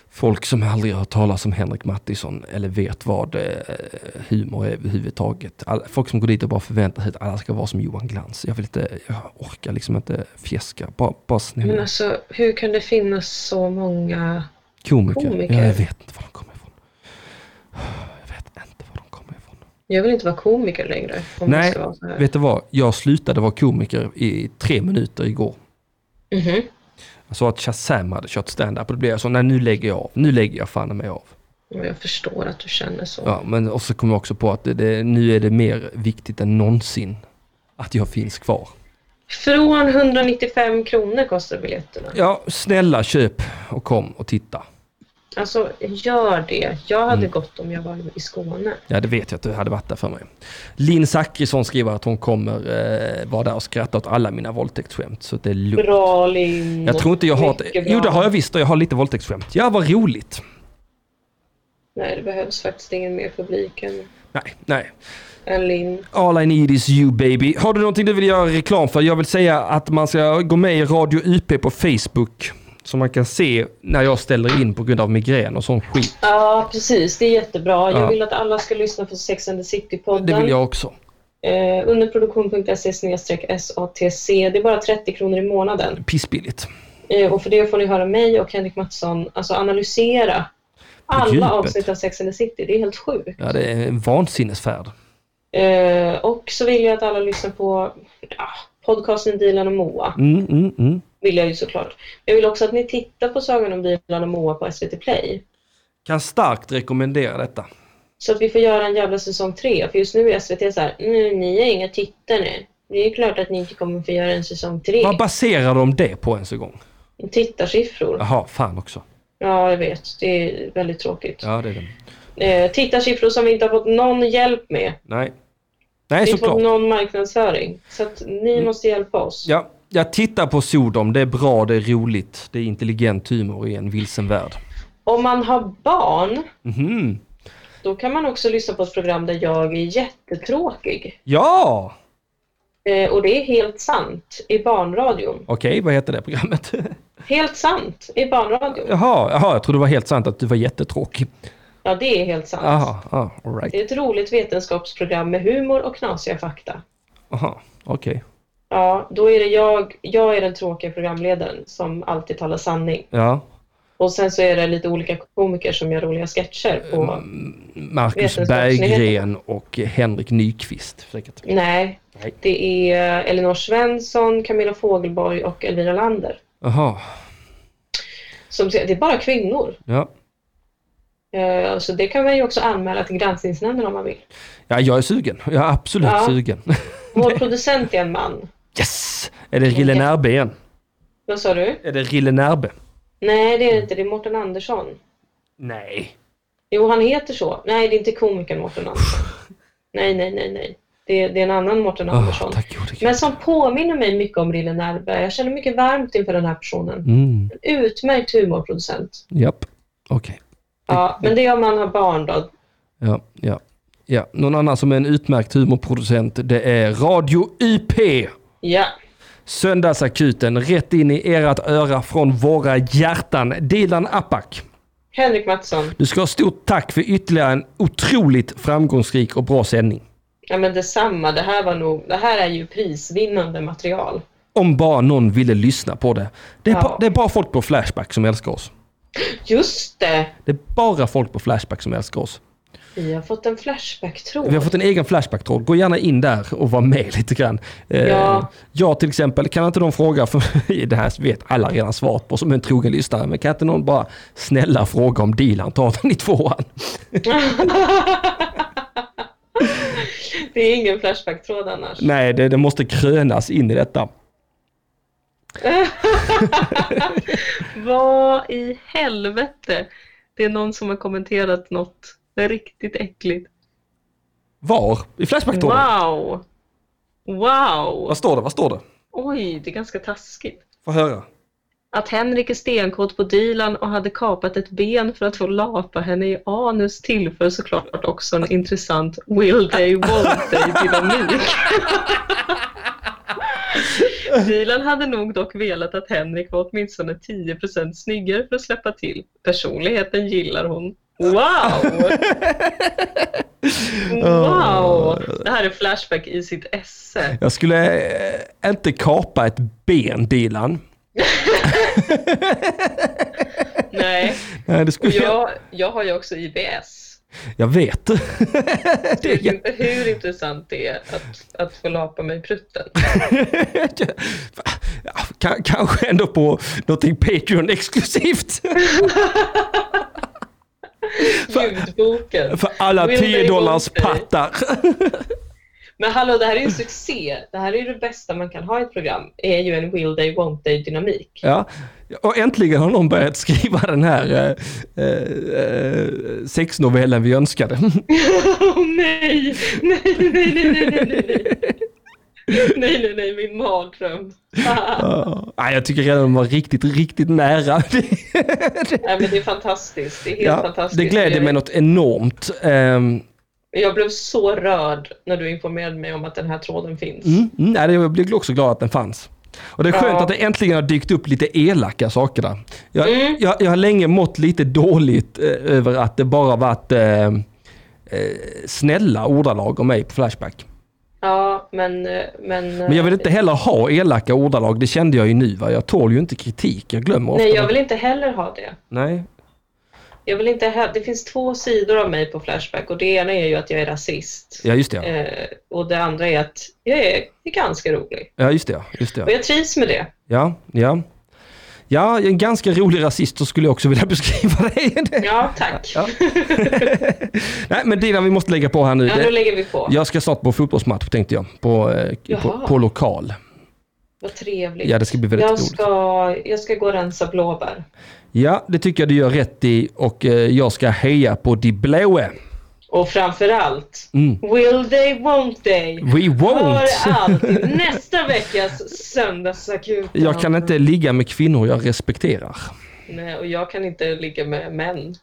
S2: folk som aldrig har hört talas om Henrik Mattisson eller vet vad eh, humor är överhuvudtaget. All, folk som går dit och bara förväntar sig att alla ska vara som Johan Glans. Jag vill inte, jag orkar liksom inte fjäska. Bara, bara snälla.
S1: Men alltså, hur kan det finnas så många...
S2: komiker.
S1: komiker.
S2: Ja, jag vet inte var de kommer ifrån. Jag vet inte var de kommer ifrån.
S1: Jag vill inte vara komiker längre. Om det
S2: Nej,
S1: ska vara så här.
S2: vet du vad? Jag slutade vara komiker i tre minuter igår.
S1: Mhm.
S2: Jag sa att Shazam hade kört stand-up och då blev jag så, nej nu lägger jag av, nu lägger jag fan mig av.
S1: Och Jag förstår att du känner så.
S2: Ja, men och så kom jag också på att det, det, nu är det mer viktigt än någonsin att jag finns kvar.
S1: Från 195 kronor kostar biljetterna.
S2: Ja, snälla köp och kom och titta.
S1: Alltså, gör det. Jag hade
S2: Mm.
S1: gått om jag var i Skåne.
S2: Ja, det vet jag att du hade varit där för mig. Linn Zachrisson skriver att hon kommer eh, vara där och skratta åt alla mina våldtäktsskämt, så det är lugnt.
S1: Bra, Linn.
S2: Jag tror inte jag har... ett-
S1: Mycket bra.
S2: Jo, det har jag visst och jag har lite våldtäktsskämt. Ja, vad roligt.
S1: Nej, det behövs faktiskt ingen mer publik än,
S2: Nej, nej.
S1: än Linn.
S2: All I need is you baby. Har du någonting du vill göra reklam för? Jag vill säga att man ska gå med i Radio UP på Facebook. Så man kan se när jag ställer in på grund av migrän och sån skit.
S1: Ja, precis. Det är jättebra.
S2: Ja.
S1: Jag vill att alla ska lyssna på Sex and the
S2: Det vill
S1: City-podden.
S2: jag också.
S1: Eh, underproduktion.se SATC. Det är bara 30 kronor i månaden.
S2: Pissbilligt.
S1: Eh, och för det får ni höra mig och Henrik Mattsson alltså analysera alla
S2: djupet.
S1: avsnitt av Sex and the City. Det är helt sjukt.
S2: Ja, det är en vansinnesfärd.
S1: Eh, och så vill jag att alla lyssnar på ja, podcasten Dilan och Moa.
S2: Mm, mm, mm.
S1: Vill jag ju såklart. Jag vill också att ni tittar på Sagan om Dilan och Moa på SVT Play.
S2: Kan starkt rekommendera detta.
S1: Så att vi får göra en jävla säsong tre. För just nu är SVT så här, nu, ni är inga tittare. Det är ju klart att ni inte kommer få göra en säsong tre.
S2: Vad baserar de det på ens en gång?
S1: Tittarsiffror.
S2: Jaha, fan också.
S1: Ja, jag vet. Det är väldigt tråkigt.
S2: Ja, det är det.
S1: Eh, tittarsiffror som vi inte har fått någon hjälp med.
S2: Nej. Nej,
S1: Vi har inte
S2: såklart. Mm.
S1: fått någon marknadsföring. Så att ni måste hjälpa oss.
S2: Ja, jag tittar på Sodom. Det är bra, det är roligt. Det är intelligent humor i en vilsen värld.
S1: Om man har barn,
S2: Mhm.
S1: då kan man också lyssna på ett program där jag är jättetråkig.
S2: Ja!
S1: Eh, och det är helt sant i barnradion.
S2: Okej, vad heter det programmet?
S1: Helt sant i barnradion.
S2: jaha, jaha, jag trodde det var helt sant att du var jättetråkig.
S1: Ja, det är helt sant.
S2: Jaha, ah, all right.
S1: Det är ett roligt vetenskapsprogram med humor och knasiga fakta.
S2: Aha, okej.
S1: Ja, då är det jag, jag är den tråkiga programledaren som alltid talar sanning.
S2: Ja.
S1: Och sen så är det lite olika komiker som gör roliga sketcher på...
S2: Mm. Marcus
S1: Vetenskapsnyheter.
S2: Berggren och Henrik Nyqvist säkert.
S1: Nej,
S2: Nej.
S1: det är Elinor Svensson, Camilla Fogelborg och Elvira Lander.
S2: Jaha,
S1: Som, det är bara kvinnor.
S2: ja.
S1: Eh, Så det kan man ju också anmäla till Granskningsnämnden om man vill.
S2: Ja, jag är sugen. Jag är absolut
S1: Ja.
S2: sugen.
S1: Vår producent är en man.
S2: yes! Är det Rille
S1: Okej.
S2: Närbe igen?
S1: Vad sa du?
S2: Är det Rille Närbe?
S1: Nej, det är det inte. Det är Mårten Andersson.
S2: Nej.
S1: Jo, han heter så. Nej, det är inte komikern Mårten Andersson. Nej, nej, nej, nej. Det, det är en annan Mårten
S2: Oh,
S1: Andersson.
S2: tack gode gud.
S1: Men som påminner mig mycket om Rille Närberg. Jag känner mycket varmt inför den här personen.
S2: Mm,
S1: Utmärkt humorproducent.
S2: japp. Okej.
S1: Ja, men det är om man har barn då.
S2: Ja, ja, ja. Någon annan som är en utmärkt humorproducent, det är Radio UP.
S1: Ja.
S2: Söndagsakuten, rätt in i ert öra från våra hjärtan. Dilan Apak.
S1: Henrik Mattsson,
S2: Du ska ha stort tack för ytterligare en otroligt framgångsrik och bra sändning.
S1: ja men detsamma. Det här var nog, det här är ju prisvinnande material.
S2: Om bara någon ville lyssna på det. Det är,
S1: Ja.
S2: ba, det är bara folk på Flashback som älskar oss.
S1: Just det!
S2: Det är bara folk på Flashback som älskar oss.
S1: Vi har fått en Flashback-tråd.
S2: Vi har fått en egen Flashback-tråd. Gå gärna in där och var med lite grann. Eh,
S1: Ja.
S2: Jag till exempel, kan inte någon fråga, för det här vet alla redan svaret på som en trogen lyssnare, men kan inte någon bara snälla fråga om Dilan tar den i tvåan?
S1: Det är ingen Flashback-tråd annars.
S2: Nej, det, det måste krönas in i detta.
S1: Vad i helvete? Det är någon som har kommenterat något riktigt äckligt.
S2: Var? I Flashback-tråden?
S1: Wow! Wow!
S2: Vad står det? Vad står det?
S1: Oj, det är ganska taskigt.
S2: Få höra.
S1: Att Henrik är stenkåt på Dilan och hade kapat ett ben för att få lapa henne i anus tillför såklart också en intressant will they, won't they dynamik. Dilan hade nog dock velat att Henrik var åtminstone 10% snyggare för att släppa till. Personligheten gillar hon. Wow! Wow! Det här är Flashback i sitt esse.
S2: Jag skulle eh, inte kapa ett ben, Dilan.
S1: Nej,
S2: Nej, Eh, det
S1: och
S2: skulle jag...
S1: jag, jag har ju också IBS.
S2: Jag vet. det
S1: Jag
S2: är
S1: vet inte hur intressant det är att, att få lapa mig i prutten.
S2: K- kanske ändå på någonting Patreon-exklusivt.
S1: Ljudboken.
S2: För alla
S1: Will they
S2: 10 dollars
S1: won't they?
S2: pattar.
S1: Men hallå, det här är ju en succé. Det här är ju det bästa man kan ha i ett program. är ju en will they, won't they dynamik.
S2: Ja. Och äntligen har någon börjat skriva den här eh, eh, eh, sexnovellen vi önskade.
S1: Åh nej! Nej, nej, nej, nej, nej, nej, nej. Nej, nej, nej, min mardröm.
S2: Ja. Nej, jag tycker redan de var riktigt, riktigt nära.
S1: Nej, men det är fantastiskt. Det är helt
S2: ja,
S1: fantastiskt.
S2: det gläder
S1: Jag-
S2: mig något enormt. Ehm,
S1: Jag blev så rörd när du informerade mig om att den här tråden finns.
S2: Mm, mm, nej, det- jag blev också glad att den fanns. Och det är skönt
S1: Ja.
S2: att det äntligen har dykt upp lite elaka saker där. Jag,
S1: Mm.
S2: jag, jag har länge mått lite dåligt eh, över att det bara varit eh, eh, snälla ordalag om mig på Flashback.
S1: Ja, men... eh, Men,
S2: Men jag vill inte heller ha elaka ordalag, det kände jag ju nu. Va? Jag tål ju inte kritik, jag glömmer ofta.
S1: Nej, jag
S2: det.
S1: vill inte heller ha det.
S2: Nej.
S1: Jag vill inte hä- det finns två sidor av mig på Flashback och det ena är ju att jag är rasist.
S2: Ja, just det. ja.
S1: Eh, och det andra är att jag är, är ganska rolig.
S2: Ja, just det. ja. Just det.
S1: Och
S2: ja.
S1: jag trivs med det.
S2: Ja, ja. Ja, en ganska rolig rasist så skulle jag också vilja beskriva dig.
S1: Ja, tack.
S2: Ja. Nej, men Dilan, vi måste lägga på här nu.
S1: Ja,
S2: Det-
S1: nu lägger vi på.
S2: Jag ska snart på fotbollsmatch tänkte jag. På, eh, på,
S1: Jaha.
S2: på lokal.
S1: Vad trevligt.
S2: Ja, det ska bli väldigt
S1: jag,
S2: roligt.
S1: ska, jag ska gå och rensa blåbär.
S2: Ja, det tycker jag du gör rätt i och eh, jag ska heja på de blåa.
S1: Och framförallt,
S2: Mm.
S1: will they, won't they?
S2: We
S1: Hör
S2: won't!
S1: allt i nästa veckas söndagsakut.
S2: Jag kan inte ligga med kvinnor jag respekterar.
S1: Nej, och jag kan inte ligga med män.